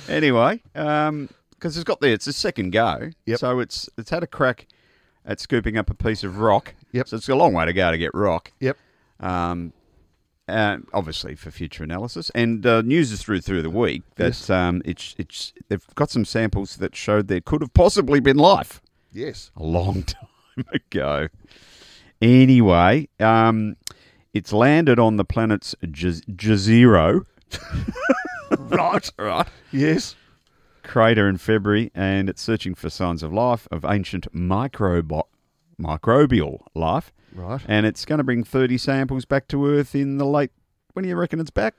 B: anyway, because it's got there, it's a second go.
A: Yep.
B: So it's it's had a crack at scooping up a piece of rock.
A: Yep.
B: So it's a long way to go to get rock.
A: Yep.
B: Um, uh, obviously for future analysis and uh, news is through through the week that
A: Yes.
B: um, it's it's they've got some samples that showed there could have possibly been life
A: Yes.
B: a long time ago. Anyway, um, it's landed on the planet's Jaz- Jezero
A: Right. right. Yes.
B: crater in February, and it's searching for signs of life of ancient microbo- microbial life.
A: Right.
B: And it's going to bring 30 samples back to Earth in the late. When do you reckon it's back?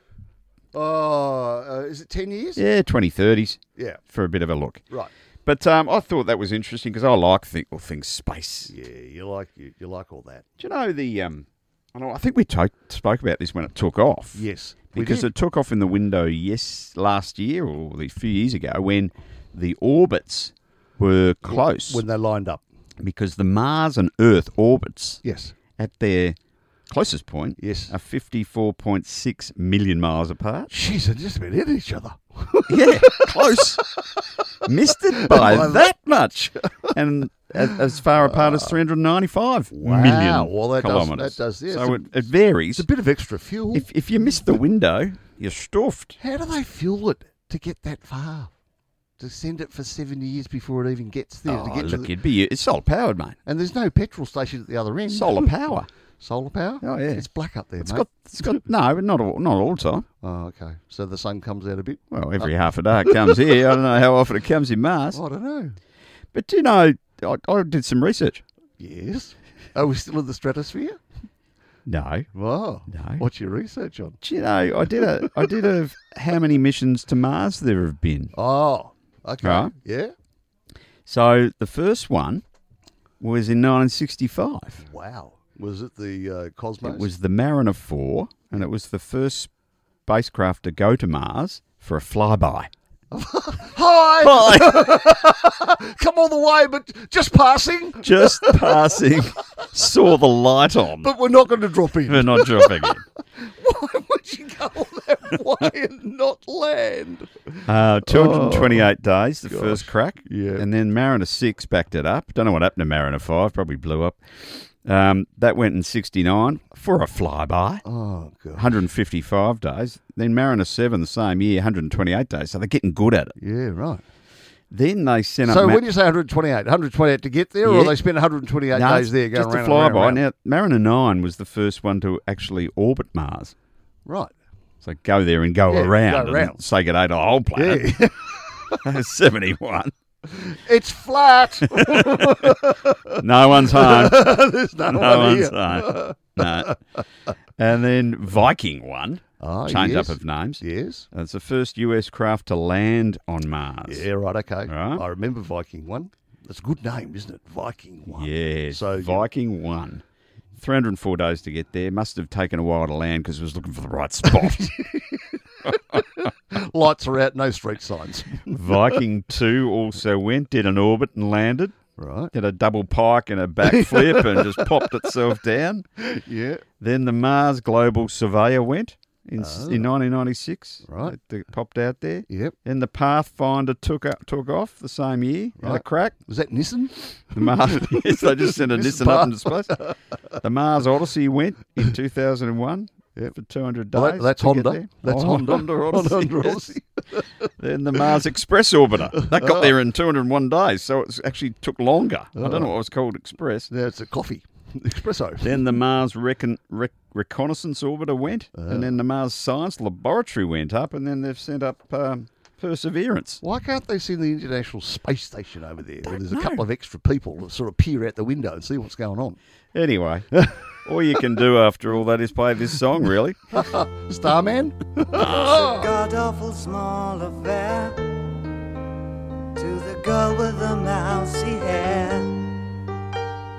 A: Oh, uh, is it 10 years?
B: Yeah, 2030s
A: Yeah,
B: for a bit of a look.
A: right.
B: But um, I thought that was interesting because I like thi- all things space.
A: Yeah, you like you, you like all that.
B: Do you know the? Um, I, know, I think we to- spoke about this when it took off.
A: Yes. we
B: because
A: did.
B: it took off in the window yes last year or a few years ago when the orbits were close
A: when they lined up.
B: because the Mars and Earth orbits
A: Yes.
B: at their closest point
A: Yes.
B: are 54.6 million miles apart.
A: Jeez, they just about hit each other.
B: Yeah, close. Missed it by
A: By
B: that much. And a- as far apart as 395
A: Wow,
B: million
A: well, that does-
B: kilometres.
A: that does- yeah,
B: so it,
A: it's
B: it varies.
A: It's a bit of extra fuel.
B: If, if you miss the window, you're stuffed.
A: How do they fuel it to get that far? To send it for seven years before it even gets there to
B: Oh,
A: get to
B: look,
A: the,
B: it'd be it's solar powered, mate.
A: and there's no petrol station at the other end.
B: Solar power.
A: Solar power?
B: Oh, yeah.
A: It's black up there,
B: It's
A: mate.
B: got it's got no, but not all, not all the time.
A: oh, okay. So the sun comes out a bit.
B: Well, every half a day it comes here. I don't know how often it comes in Mars,
A: Oh, I don't know.
B: but do you know, I, I did some research.
A: Yes. Are we still in the stratosphere?
B: No,
A: Wow.
B: No.
A: What's your research on?
B: do you know, I did a I did a how many missions to Mars there have been.
A: Oh, okay.
B: Right.
A: Yeah.
B: So the first one was in 1965.
A: Wow. Was it the uh, Cosmos?
B: It was the Mariner 4, and it was the first spacecraft to go to Mars for a flyby.
A: Hi!
B: Oh.
A: Come all the way, but just passing.
B: Just passing, saw the light on,
A: But we're not going to drop in.
B: but not dropping it.
A: Why would you go all that way and not land?
B: Uh, 228 days, the first crack.
A: Oh, Yeah.
B: And then Mariner 6 backed it up. Don't know what happened to Mariner 5, probably blew up. Um, that went in 69 for a flyby,
A: Oh, God.
B: 155 days. Then Mariner 7 the same year, 128 days. So they're getting good at it.
A: Yeah, right.
B: Then they sent
A: so
B: up. Ma-
A: when you say 128, 128 to get there,
B: Yeah.
A: or they spend 128
B: No,
A: days there going round
B: just a
A: and round
B: flyby.
A: and round?
B: Now, Mariner 9 was the first one to actually orbit Mars.
A: Right.
B: So go there and go
A: Yeah, go
B: around
A: around.
B: and say good day to the whole planet.
A: Yeah.
B: 71.
A: it's flat.
B: No one's home.
A: There's no,
B: no
A: one
B: one's uh,
A: here.
B: no. no. And then Viking one
A: Ah,
B: change
A: yes.
B: up of names.
A: Yes.
B: It's the first US craft to land on Mars.
A: Yeah, right, okay.
B: right.
A: I remember Viking 1. That's a good name, isn't it? Viking 1.
B: Yes.
A: So you-
B: Viking one. 304 days to get there. Must have taken a while to land because it was looking for the right spot.
A: Lights are out, no street signs.
B: Viking 2 also went, did an orbit and landed.
A: right.
B: Did a double pike and a backflip and just popped itself down.
A: Yeah.
B: Then the Mars Global Surveyor went in, s in 1996.
A: Ah. Right.
B: It, it popped out there.
A: Yep.
B: Then the Pathfinder took up, took off the same year. Had a
A: Right.
B: crack.
A: Was that Nissen?
B: The Mars, yes, they just sent a
A: This is
B: Nissan up into space. The Mars Odyssey went in 2001
A: Yep.
B: for 200 days.
A: Well, that- that's
B: to get
A: Honda.
B: there.
A: That's
B: Oh,
A: Honda.
B: Odyssey,
A: Honda
B: yes.
A: Odyssey.
B: Then the Mars Express Orbiter. That got there in 201 days, so it actually took longer. I
A: Oh.
B: don't know what it was called Express.
A: No, it's a coffee. Espresso.
B: Then the Mars Recon, Rec, Reconnaissance Orbiter went,
A: Ah.
B: and then the Mars Science Laboratory went up, and then they've sent up um, Perseverance.
A: Why can't they send the International Space Station over there? Where there's a couple of extra people that sort of peer out the window and see what's going on.
B: Anyway, all you can do after all that is play this song, really.
A: Starman?
C: god awful small affair to the girl with the mousy hair.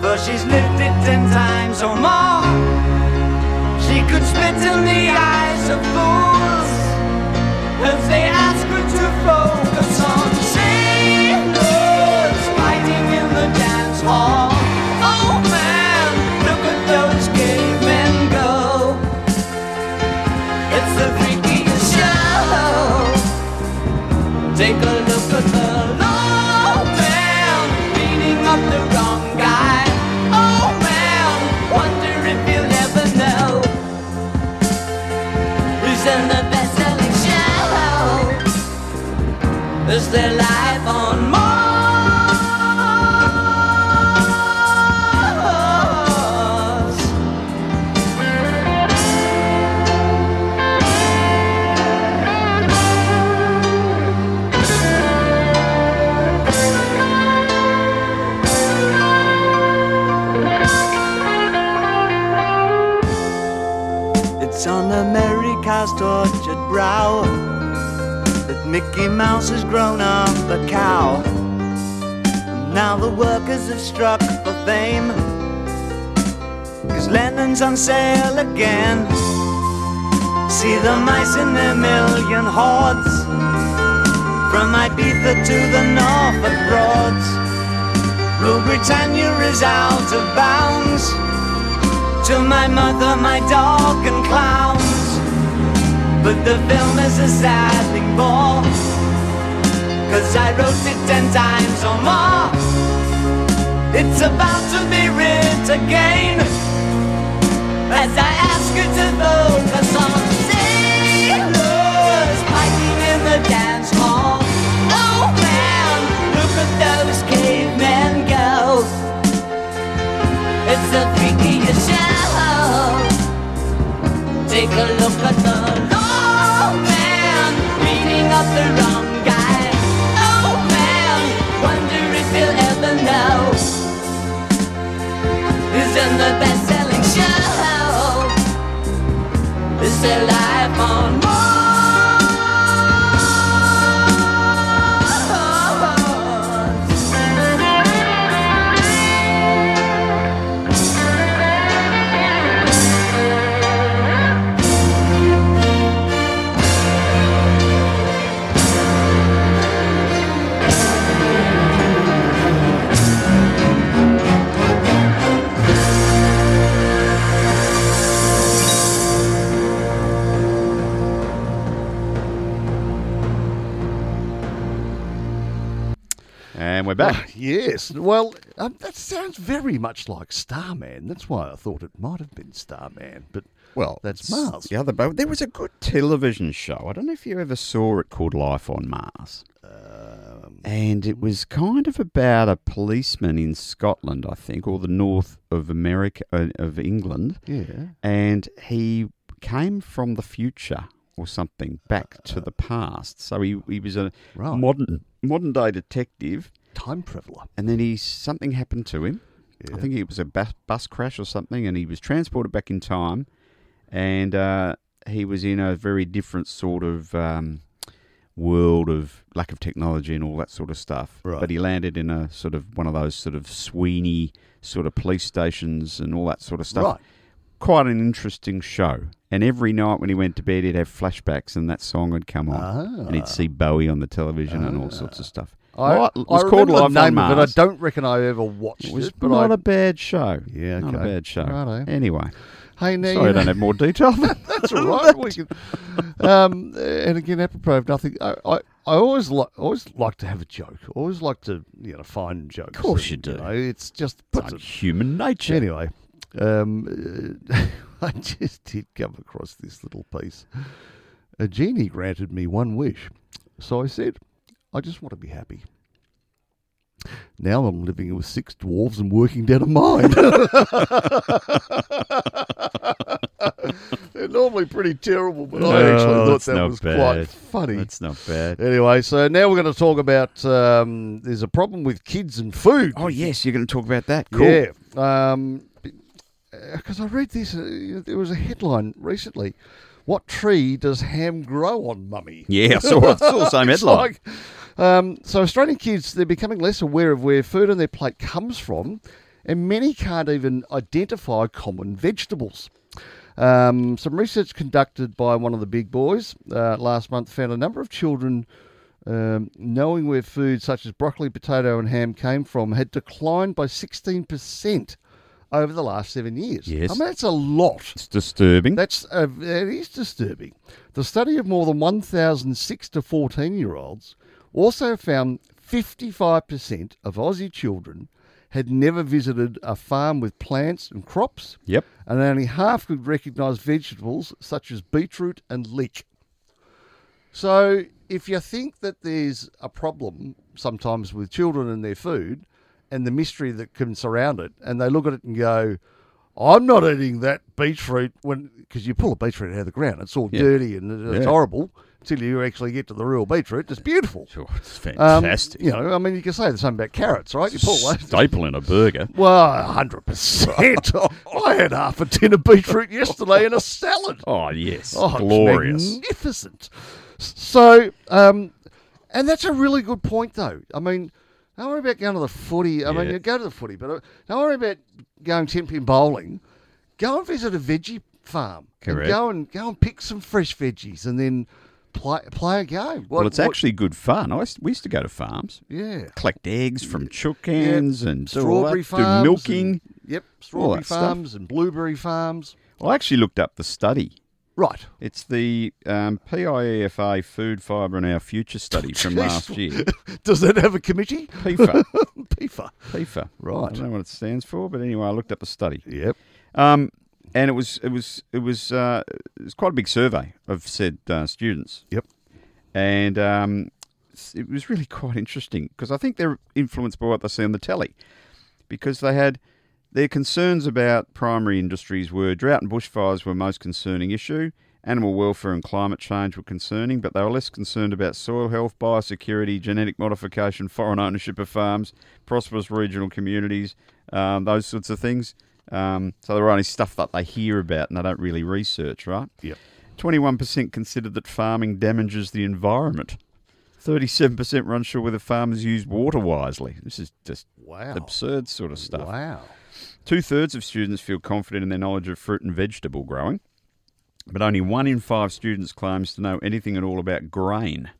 C: for she's lived it ten times or more. She could spit in the eyes of fools if they ask her to focus on sailors fighting in the dance hall. Oh man, look at those cavemen go. It's the freakiest show. Take a look at the old man beating up the wrong guy. Oh man, wonder if you'll ever know who's in the best-selling show. Is their life on Mars? It's on America's tortured brow that Mickey Mouse has grown up a cow. And now the workers have struck for fame. Cause Lennon's on sale again. See the mice in their million hordes. From Ibiza to the Norfolk Broads. Rule Britannia is out of bounds to my mother, my dog, and clowns. But the film is a sad thing bore, cause I wrote it ten times or more. It's about to be writ again, as I ask you to focus on sailors fighting in the dance hall. Oh man, look at those cavemen go.
D: a look at the old man beating up the wrong guy. Old man, wonder if he'll ever know. He's in the best-selling show. It's a life on Mars.
B: And we're back.
A: Yes. Well, um, that sounds very much like Starman. That's why I thought it might have been Starman. But
B: Well,
A: that's
B: it's
A: Mars.
B: The other, but there was a good television show. I don't know if you ever saw it called Life on Mars.
A: Um,
B: and it was kind of about a policeman in Scotland, I think, or the north of America uh, of England.
A: Yeah.
B: and he came from the future or something back to the past. So he, he was a
A: Uh, Right.
B: modern modern day detective,
A: Time traveller.
B: and then he something happened to him. I think it was a bus, bus crash or something, and he was transported back in time, and uh, he was in a very different sort of. Um, World of lack of technology and all that sort of stuff,
A: Right.
B: but he landed in a sort of one of those sort of Sweeney sort of police stations and all that sort of stuff
A: Right.
B: quite an interesting show. And every night when he went to bed, he'd have flashbacks, and that song would come on,
A: Ah.
B: and he'd see Bowie on the television and all sorts of stuff.
A: I,
B: Li-
A: I remember the name of it. I
B: Mars.
A: don't reckon I ever watched
B: It
A: it,
B: was
A: but
B: not
A: I.
B: a bad show.
A: Yeah,
B: not a
A: okay.
B: bad show.
A: Righto.
B: Anyway,
A: hey, now
B: sorry,
A: you
B: I don't have more detail.
A: That's all right. we can, um, and again, apropos of nothing, I, I, I always like always like to have a joke. Always like to you know find jokes. Of
B: course you do.
A: know, it's just
B: It's like human nature.
A: anyway. Um, uh, I just did come across this little piece. A genie granted me one wish, so I said, "I just want to be happy." Now I'm living with six dwarves and working down a mine. They're normally pretty terrible, but I
B: Oh,
A: actually thought
B: that's
A: that
B: not
A: was
B: bad.
A: quite funny.
B: That's not bad.
A: Anyway, so now we're going to talk about um, there's a problem with kids and food.
B: Oh yes, you're going to talk about that. Cool.
A: Yeah. Um, because I read this, uh, you know, there was a headline recently. What tree does ham grow on, mummy?
B: Yeah, I saw, I saw the same
A: It's
B: headline.
A: like, um, so Australian kids, they're becoming less aware of where food on their plate comes from, and many can't even identify common vegetables. Um, some research conducted by one of the big boys uh, last month found a number of children um, knowing where food such as broccoli, potato, and ham came from had declined by 16% over the last seven years.
B: Yes.
A: I mean, that's a lot.
B: it's disturbing.
A: That's uh, it is disturbing. The study of more than 1,006 to 14 year olds also found 55% of Aussie children had never visited a farm with plants and crops,
B: yep.
A: and only half could recognise vegetables such as beetroot and leek. So, if you think that there's a problem sometimes with children and their food and the mystery that can surround it, and they look at it and go, I'm not eating that beetroot when because you pull a beetroot out of the ground, it's all
B: Yeah.
A: dirty and it's
B: Yeah.
A: horrible until you actually get to the real beetroot. It's beautiful.
B: Oh, it's
A: Um,
B: fantastic.
A: you know, I mean, you can say the same about carrots, right? You pull those,
B: Staple in a burger.
A: well, hundred percent. I had half a tin of beetroot yesterday in a salad.
B: Oh yes,
A: Oh, it's
B: glorious.
A: magnificent. So, um, and that's a really good point, though. I mean, don't worry about going to the footy. I mean,
B: Yeah.
A: you go to the footy, but uh, don't worry about going ten pin bowling. Go and visit a veggie farm.
B: Correct.
A: And go and go and pick some fresh veggies, and then play play a game.
B: Well, it's actually good fun. I used, we used to go to farms,
A: yeah.
B: collect eggs from chickens and do all
A: Strawberry
B: that,
A: farms,
B: do milking.
A: and- yep, strawberry
B: that stuff.
A: farms and blueberry farms.
B: I actually looked up the study.
A: Right.
B: It's the um, PIEFA Food, Fibre and Our Future study from
A: Jeez.
B: last year.
A: Does that have a committee?
B: PIFA.
A: PIFA.
B: PIFA. I
A: Right.
B: don't know what it stands for, but anyway, I looked up the study.
A: Yep.
B: Um, and it was it was it was uh, it was quite a big survey of said uh, students.
A: Yep.
B: and um, s- it was really quite interesting because I think they're influenced by what they see on the telly because they had Their concerns about primary industries were drought and bushfires were most concerning issue. Animal welfare and climate change were concerning, but they were less concerned about soil health, biosecurity, genetic modification, foreign ownership of farms, prosperous regional communities, um, those sorts of things. Um, so they were only stuff that they hear about and they don't really research, right?
A: Yep.
B: 21% considered that farming damages the environment. 37% were unsure whether farmers use water wisely. This is just
A: Wow.
B: absurd sort of stuff.
A: Wow.
B: Two thirds of students feel confident in their knowledge of fruit and vegetable growing, but only one in five students claims to know anything at all about grain,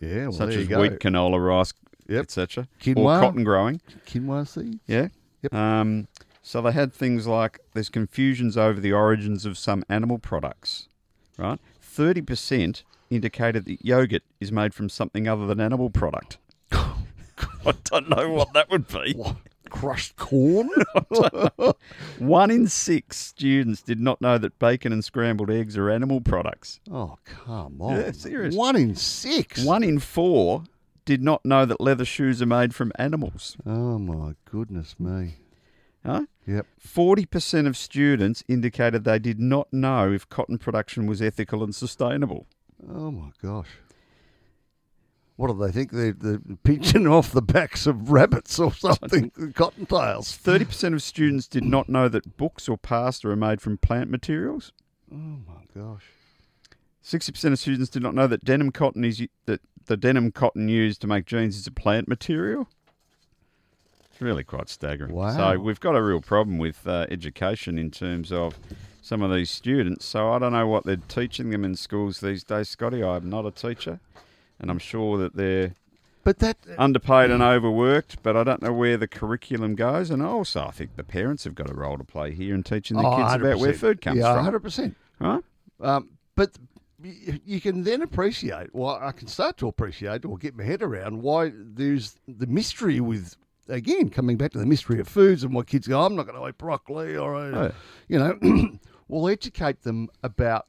A: Yeah, well,
B: such
A: there
B: as
A: you go.
B: wheat, canola, rice,
A: Yep.
B: etc., or
A: Quinoa.
B: cotton growing.
A: Quinoa seeds.
B: Yeah.
A: Yep.
B: Um, so they had things like there's confusions over the origins of some animal products, right? 30% indicated that yogurt is made from something other than animal product. I don't know what that would be.
A: What? Crushed corn?
B: One in six students did not know that bacon and scrambled eggs are animal products.
A: oh, come on.
B: Yeah, serious.
A: One in six.
B: One in four did not know that leather shoes are made from animals.
A: Oh, my goodness me.
B: Huh?
A: Yep.
B: 40% of students indicated they did not know if cotton production was ethical and sustainable.
A: Oh, my gosh. What do they think? They're, they're pinching off the backs of rabbits or something, cottontails.
B: 30% of students did not know that books or pasta are made from plant materials.
A: Oh, my gosh.
B: 60% of students did not know that denim cotton is that the denim cotton used to make jeans is a plant material. It's really quite staggering.
A: Wow.
B: So we've got a real problem with uh, education in terms of some of these students. So I don't know what they're teaching them in schools these days, Scotty. I'm not a teacher, and I'm sure that they're
A: But that,
B: underpaid and overworked. But I don't know where the curriculum goes. And also, I think the parents have got a role to play here in teaching the
A: Oh,
B: kids about where
A: 100%.
B: food comes
A: yeah,
B: from.
A: 100%.
B: Right?
A: Um, but y- you can then appreciate, well, I can start to appreciate or get my head around why there's the mystery with, again, coming back to the mystery of foods and what kids go, I'm not going to eat broccoli or, uh,
B: Oh.
A: you know, we'll educate them about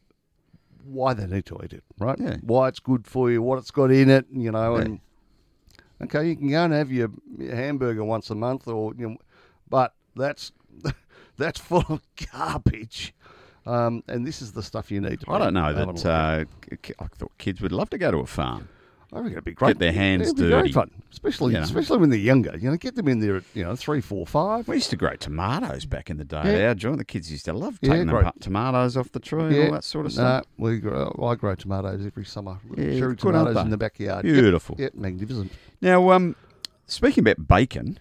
A: why they need to eat it, right?
B: Yeah.
A: Why it's good for you, what it's got in it, you know, and okay, you can go and have your your hamburger once a month, or you know, but that's that's full of garbage. Um, and this is the stuff you need. To
B: I don't
A: be
B: know
A: able
B: that.
A: to-
B: Uh, k- k- I thought kids would love to go to a farm.
A: I reckon it'd be great.
B: get their hands
A: it'd be Very
B: dirty,
A: fun, especially
B: you know.
A: especially when they're younger. You know, get them in there at you know three, four, five.
B: We used to grow tomatoes back in the day.
A: Yeah.
B: Our joint, the kids used to love
A: Yeah,
B: taking the
A: great.
B: pa- tomatoes off the tree and all that sort of
A: Nah,
B: stuff.
A: we grow, I grow tomatoes every summer. Little
B: Yeah,
A: cherry
B: good, aren't
A: tomatoes in
B: they?
A: the backyard. Yep,
B: Beautiful.
A: Yep, magnificent.
B: Now, um, speaking about bacon,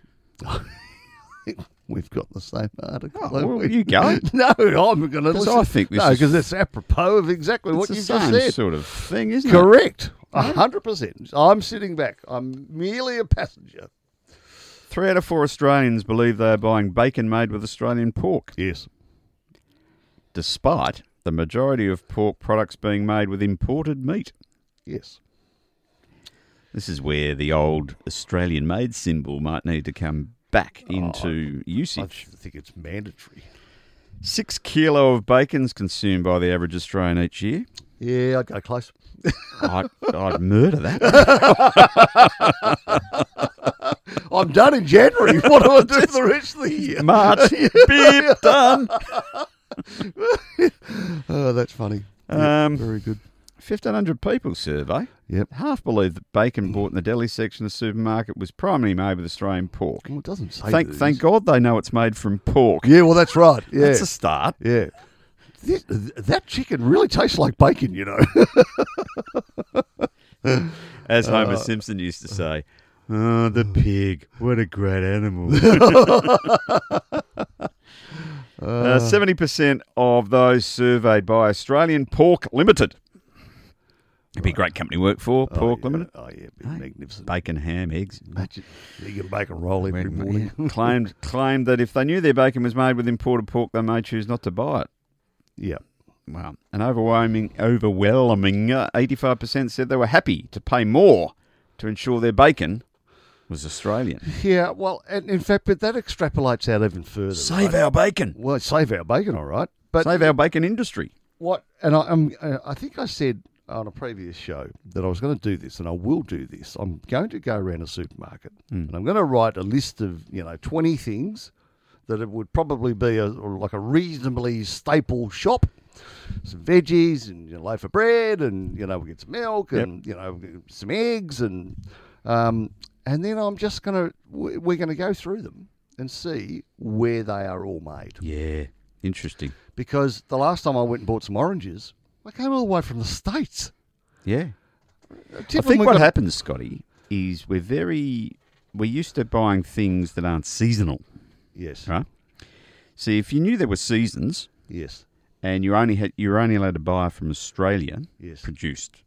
A: We've got the same article.
B: Oh,
A: haven't
B: well,
A: we?
B: you go.
A: no, I'm going to
B: 'Cause
A: listen.
B: I think this
A: no,
B: is-
A: because it's apropos of exactly
B: it's
A: what
B: the
A: you
B: same
A: just said.
B: sort of thing, isn't it?
A: Correct. A hundred percent. I'm sitting back. I'm merely a passenger.
B: Three out of four Australians believe they are buying bacon made with Australian pork,
A: Yes.
B: despite the majority of pork products being made with imported meat.
A: Yes.
B: This is where the old Australian made symbol might need to come back
A: Oh,
B: into usage.
A: I th- think it's mandatory.
B: Six kilo of bacon's consumed by the average Australian each year.
A: Yeah, I'd go close.
B: I'd, I'd murder that.
A: I'm done in January. What do I do for the rest of the year?
B: March, beep, done.
A: Oh, that's funny. Yep,
B: Um,
A: very good.
B: 1,500 people survey.
A: Yep.
B: Half believe that bacon bought in the deli section of the supermarket was primarily made with Australian pork.
A: Well, it doesn't say.
B: Thank,
A: these.
B: thank God they know it's made from pork.
A: Yeah, well, that's right. Yeah.
B: That's a start.
A: yeah. This, th- that chicken really tastes like bacon, you know.
B: As Homer Simpson used to say, oh, the pig, what a great animal. Uh, 70% of those surveyed by Australian Pork Limited. It'd be a great company to work for, Pork Limited.
A: Oh yeah, be magnificent.
B: Bacon, ham, eggs.
A: Imagine you can bake a roll every morning.
B: claimed, claimed that if they knew their bacon was made with imported pork, they may choose not to buy it.
A: Yeah.
B: Wow. An overwhelming, overwhelming uh, 85% said they were happy to pay more to ensure their bacon was Australian.
A: Yeah, well, and in fact, but that extrapolates out even further. right?
B: our bacon.
A: Well, save our bacon, all right. But
B: Save our bacon industry.
A: what? And I, I'm, uh, I think I said on a previous show that I was going to do this, and I will do this. I'm going to go around a supermarket, and I'm going to write a list of you know 20 things that it would probably be a, or like a reasonably staple shop. Some veggies and you know, loaf of bread, and you know we get some milk and you know some eggs, and um, and then I'm just gonna we- we're gonna go through them and see where they are all made.
B: Yeah. Interesting.
A: Because the last time I went and bought some oranges, I came all the way from the states.
B: Yeah. I
A: Tiffin,
B: think
A: we've
B: what
A: got-
B: happens, Scotty, is we're very we're used to buying things that aren't seasonal,
A: Yes,
B: right? See, if you knew there were seasons
A: yes,
B: and you only had you're only allowed to buy from Australia
A: Yes.
B: produced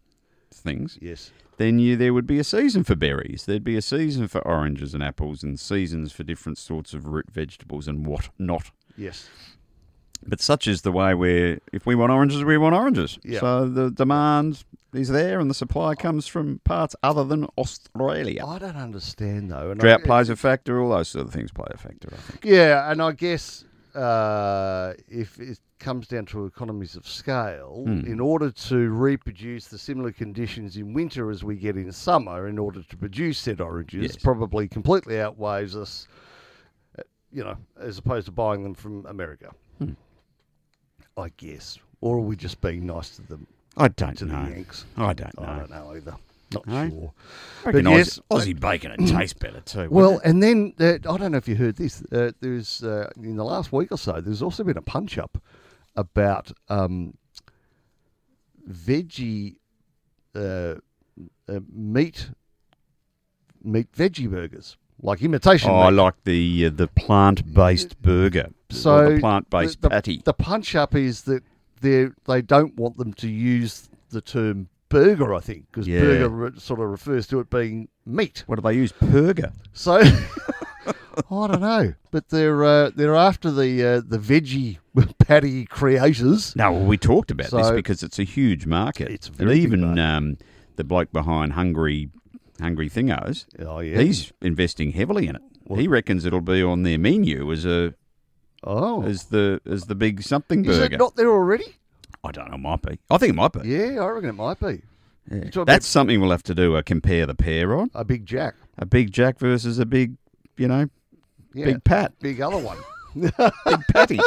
B: things,
A: yes,
B: then you there would be a season for berries, there'd be a season for oranges and apples, and seasons for different sorts of root vegetables and what not.
A: yes.
B: But such is the way where if we want oranges, we want oranges.
A: Yeah.
B: So the demand is there, and the supply comes from parts other than Australia.
A: I don't understand though. And I-
B: Drought plays a factor. All those sort of things play a factor. I think.
A: Yeah, and I guess uh, if it comes down to economies of scale,
B: Hmm.
A: in order to reproduce the similar conditions in winter as we get in summer, in order to produce said oranges,
B: Yes.
A: probably completely outweighs us, uh, you know, as opposed to buying them from America.
B: Hmm.
A: I guess. Or are we just being nice to them,
B: I don't
A: to the
B: know.
A: Yanks?
B: I don't
A: I
B: know.
A: don't know either. Not
B: No?
A: sure.
B: I reckon
A: But yes,
B: Aussie, Aussie bacon it tastes better too. wouldn't
A: Well,
B: it?
A: and then uh, I don't know if you heard this. Uh, there's uh, in the last week or so, there's also been a punch up about um, veggie uh, uh, meat meat veggie burgers, like imitation.
B: oh, I
A: meat.
B: like the uh, the plant based burger.
A: So
B: or the plant based
A: the- the-
B: patty.
A: The punch up is that they they don't want them to use the term burger. I think because
B: Yeah.
A: burger re- sort of refers to it being meat.
B: what do they use? Purger.
A: So I don't know, but they're uh, they're after the uh, the veggie patty creators.
B: No, well, we talked about this
A: So-
B: because it's a huge market.
A: It's a
B: and
A: very big
B: even
A: market.
B: um, the bloke behind Hungry Hungry Thingos,
A: Oh yeah.
B: he's investing heavily in it. he reckons it'll be on their menu as a
A: oh. Is
B: as the as the big something
A: it
B: burger.
A: not there already?
B: I don't know. Might be. I think it might be.
A: Yeah, I reckon it might be. You're talking
B: That's something we'll have to do a compare the pair on.
A: about a big jack.
B: A big Jack versus a big, you know,
A: Yeah.
B: big Pat.
A: big other one.
B: Big Patty.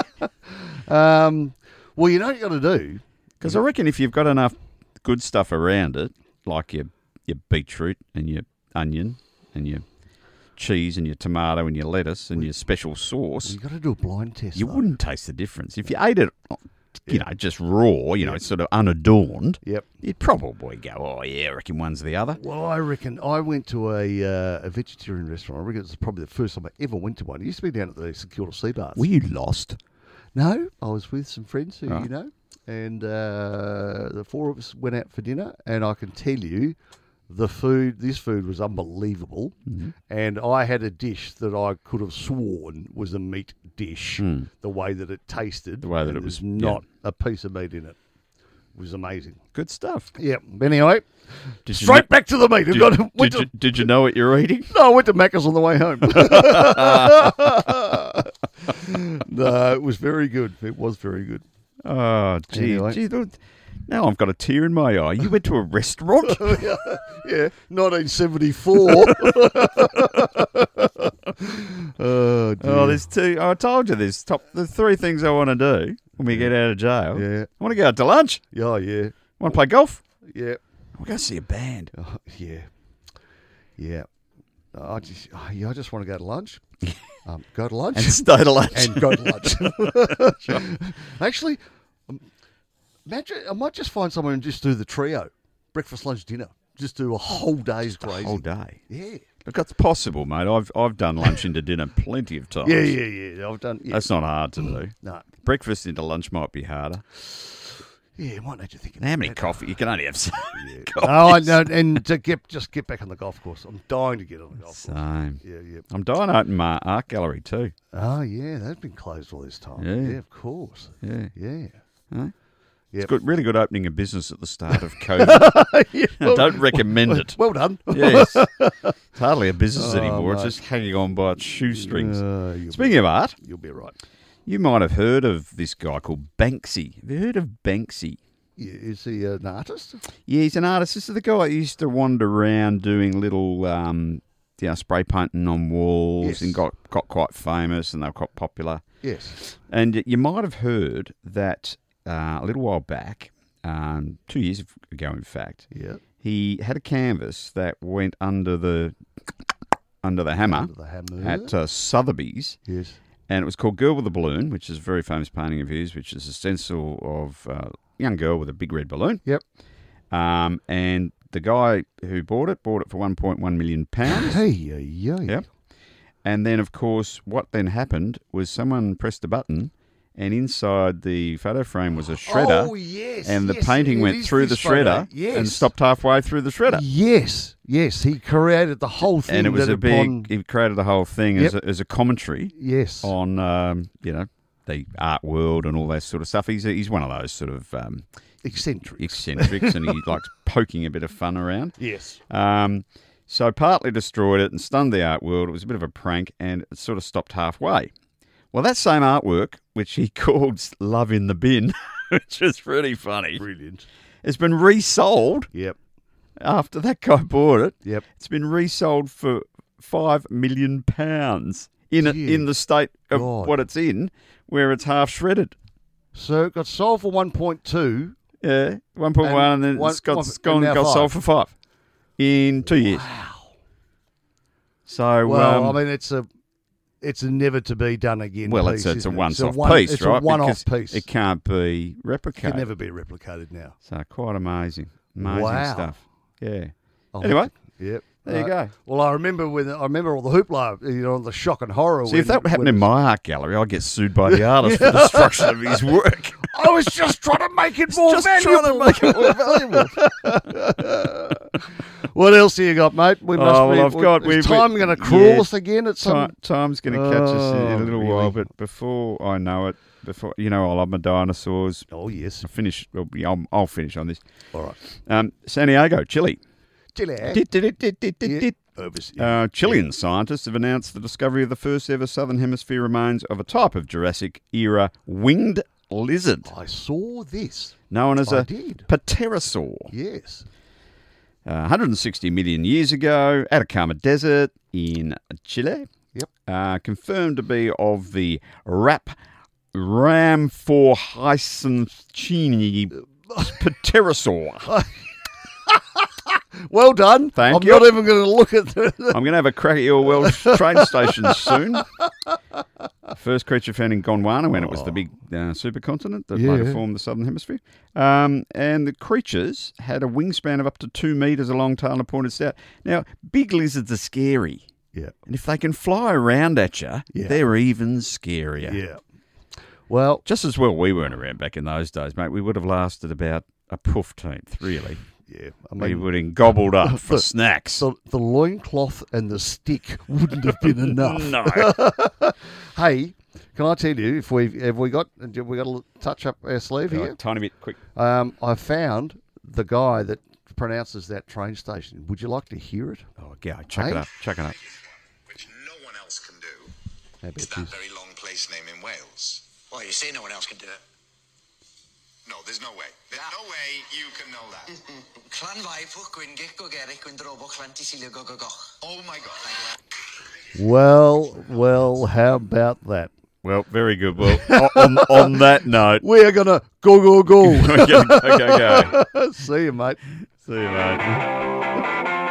A: Um, well, you know what you got to do.
B: Because I reckon if you've got enough good stuff around it, like your your beetroot and your onion and your cheese and your tomato and your lettuce and your special sauce,
A: You got to do a blind test.
B: you
A: though.
B: wouldn't taste the difference. If you ate it, uh, you know, just raw, you know, sort of unadorned,
A: Yep.
B: you'd probably go, oh, yeah, I reckon one's the other.
A: Well, I reckon I went to a uh, a vegetarian restaurant. I reckon it's probably the first time I ever went to one. It used to be down at the St Kilda Sea Baths.
B: Were you lost?
A: No, I was with some friends who
B: Right.
A: you know, and uh, the four of us went out for dinner. And I can tell you, the food, this food was unbelievable.
B: Hmm. Mm-hmm.
A: And I had a dish that I could have sworn was a meat dish, the way that it tasted,
B: Hmm. The way that
A: and
B: it was-
A: there's
B: yeah.
A: not a piece of meat in it. It was amazing.
B: Good stuff.
A: Yeah. But anyway,
B: Did you
A: straight
B: kn-
A: back to the meat. I've got to- went
B: did, you,
A: to-
B: did you know what you're eating?
A: no, I went to Macca's on the way home. no, it was very good. It was very good.
B: Oh, gee,
A: Anyway.
B: gee th- now I've got a tear in my eye. You went to a restaurant?
A: Yeah, 1974. oh, dear.
B: oh, there's two. I told you there's top the three things I want to do when we get out of jail.
A: Yeah.
B: I want to go out to lunch.
A: Yeah, oh, yeah,
B: I want to play golf.
A: yeah,
B: I want to go see a band.
A: oh, yeah, yeah. I just, oh, yeah, I just want to go to lunch. Um, go to lunch
B: And stay to lunch.
A: and go to lunch. Actually, um, imagine I might just find someone and just do the trio: breakfast, lunch, dinner. Just do a whole day's grazing.
B: All day.
A: Yeah,
B: Look, that's possible, mate. I've I've done lunch into dinner plenty of times.
A: yeah, yeah, yeah. I've done. Yeah,
B: That's not hard to do.
A: no,
B: Breakfast into lunch might be harder.
A: yeah. Might need to think about
B: And how many
A: that.
B: coffee? You can only have so many
A: Oh, I
B: coffees.
A: know. And to get just get back on the golf course. I'm dying to get on the golf course.
B: Same.
A: Yeah, yeah.
B: I'm dying out in my art gallery too.
A: Oh, yeah. That's been closed all this time.
B: Yeah.
A: Yeah, of course.
B: Yeah.
A: Yeah.
B: Huh?
A: Yep.
B: It's good, really good opening a business at the start of COVID. I don't recommend it.
A: Well done.
B: Yes. It's hardly a business anymore.
A: Oh, mate.
B: It's just hanging on by its shoestrings.
A: Uh, you'll, be,
B: Speaking of art,
A: you'll be right.
B: you might have heard of this guy called Banksy. Have you heard of Banksy?
A: Yeah, Is he an artist?
B: Yeah, he's an artist. This is the guy that used to wander around doing little, um, you know, spray painting on walls
A: Yes.
B: and got, got quite famous and they were quite popular.
A: Yes.
B: And y- you might have heard that uh, a little while back, um, two years ago, in fact,
A: Yeah.
B: he had a canvas that went under the under the hammer
A: The hammer.
B: at uh, Sotheby's,
A: Yes.
B: and it was called "Girl with a Balloon," which is a very famous painting of his, which is a stencil of uh, a young girl with a big red balloon.
A: Yep.
B: Um, and the guy who bought it bought it for 1.1 million pounds.
A: Hey, yeah, yeah. Oh,
B: Yep. And then, of course, what then happened was someone pressed a button, and inside the photo frame was a shredder,
A: Oh, yes.
B: and the
A: yes,
B: painting
A: it
B: went
A: is
B: through the
A: this photo.
B: shredder
A: yes.
B: and stopped halfway through the shredder.
A: Yes. Yes. He created the whole thing.
B: And it was
A: that
B: a big.
A: upon-
B: He created the whole thing as,
A: Yep.
B: a, as a commentary
A: Yes.
B: on, um, you know, the art world and all that sort of stuff. He's he's one of those sort of um,
A: Eccentric.
B: eccentrics, and he likes poking a bit of fun around.
A: Yes.
B: Um, so partly destroyed it and stunned the art world. It was a bit of a prank and it sort of stopped halfway. Well, that same artwork, which he called Love in the Bin, which is pretty funny,
A: Brilliant.
B: has been resold
A: Yep.
B: after that guy bought it.
A: Yep.
B: It's been resold for five million pounds in a,
A: Dear
B: in the state of
A: God.
B: what it's in, where it's half shredded.
A: So it got sold for 1.2.
B: Yeah, one point one, and then
A: one-
B: it's got
A: one-
B: it's gone,
A: now
B: got
A: five.
B: sold for five in two years. So
A: Well,
B: um,
A: I mean, it's a it's a never to be done again.
B: Well,
A: piece,
B: it's, it's a
A: isn't it?
B: once off
A: one-
B: piece,
A: it's
B: right?
A: a one-off
B: Because
A: piece.
B: It can't be
A: It can
B: replicated.
A: never be replicated now.
B: So quite amazing. Amazing
A: Wow.
B: stuff. Yeah.
A: I'll
B: Anyway,
A: have to- yep.
B: there you
A: Right.
B: go.
A: Well, I remember when I remember all the hoopla, you know, the shock and horror.
B: See,
A: when,
B: if that happened
A: when-
B: in my art gallery, I'd get sued by the artist for destruction of his work.
A: I was just trying to make it more
B: Just
A: valuable.
B: trying to make it more valuable.
A: What else have you got, mate? We must
B: Oh,
A: be,
B: well, I've got-
A: is
B: we- we-
A: time going to crawl
B: yeah.
A: us again at some.
B: Time, time's going to catch us in, in a
A: Oh,
B: little while,
A: really?
B: but before I know it, before you know, I love my dinosaurs.
A: Oh yes,
B: I finish. Well, yeah, I'll, I'll finish on this.
A: all right.
B: Um, San Diego, Chile.
A: Chile.
B: Dit, dit, dit, dit, dit, dit.
A: Overs-
B: Uh, Chilean scientists have announced the discovery of the first ever southern hemisphere remains of a type of Jurassic era winged lizard,
A: I saw this.
B: known as
A: Oh, I
B: a
A: did.
B: pterosaur.
A: Yes.
B: Uh, 160 million years ago, Atacama Desert in Chile,
A: Yep.
B: uh, confirmed to be of the Rap Ram for Pterosaur.
A: Well done.
B: Thank
A: I'm
B: you.
A: not even going to look at the. the-
B: I'm going to have a crack at your Welsh train station soon. First creature found in Gondwana when it was the big uh, supercontinent that later
A: Oh. Yeah.
B: formed the southern hemisphere. Um, and the creatures had a wingspan of up to two metres, a long tail and a pointed snout. Now, big lizards are scary.
A: Yeah.
B: And if they can fly around at you,
A: Yeah.
B: they're even scarier.
A: Yeah. Well,
B: Just as well we weren't around back in those days, mate. We would have lasted about a poofteenth, really.
A: yeah. I
B: We
A: mean,
B: would have been gobbled up for
A: The-
B: snacks.
A: the, the loincloth and the stick wouldn't have been enough.
B: no.
A: Hey, can I tell you if we have we got have we got to touch up our sleeve here?
B: Tiny bit quick.
A: Um, I found the guy that pronounces that train station. Would you like to hear it?
B: Oh, yeah, chuck it
A: Hey?
B: up, chuck it up.
E: which no one else can do,
A: I bet
E: is that
A: he's-
E: very long place name in Wales.
F: Well, you say no one else can do it. Ah.
E: No, there's no way. There's no way you can know that.
F: Clanfai ffwc gwyn gic o geric gwyn drobo chlanti silio gogo goch.
E: Oh my god.
A: Well, well, how about that?
B: Well, very good. Well, on, on that note,
A: We're gonna go go go.
B: okay, okay, okay.
A: See you, mate.
B: See you, mate.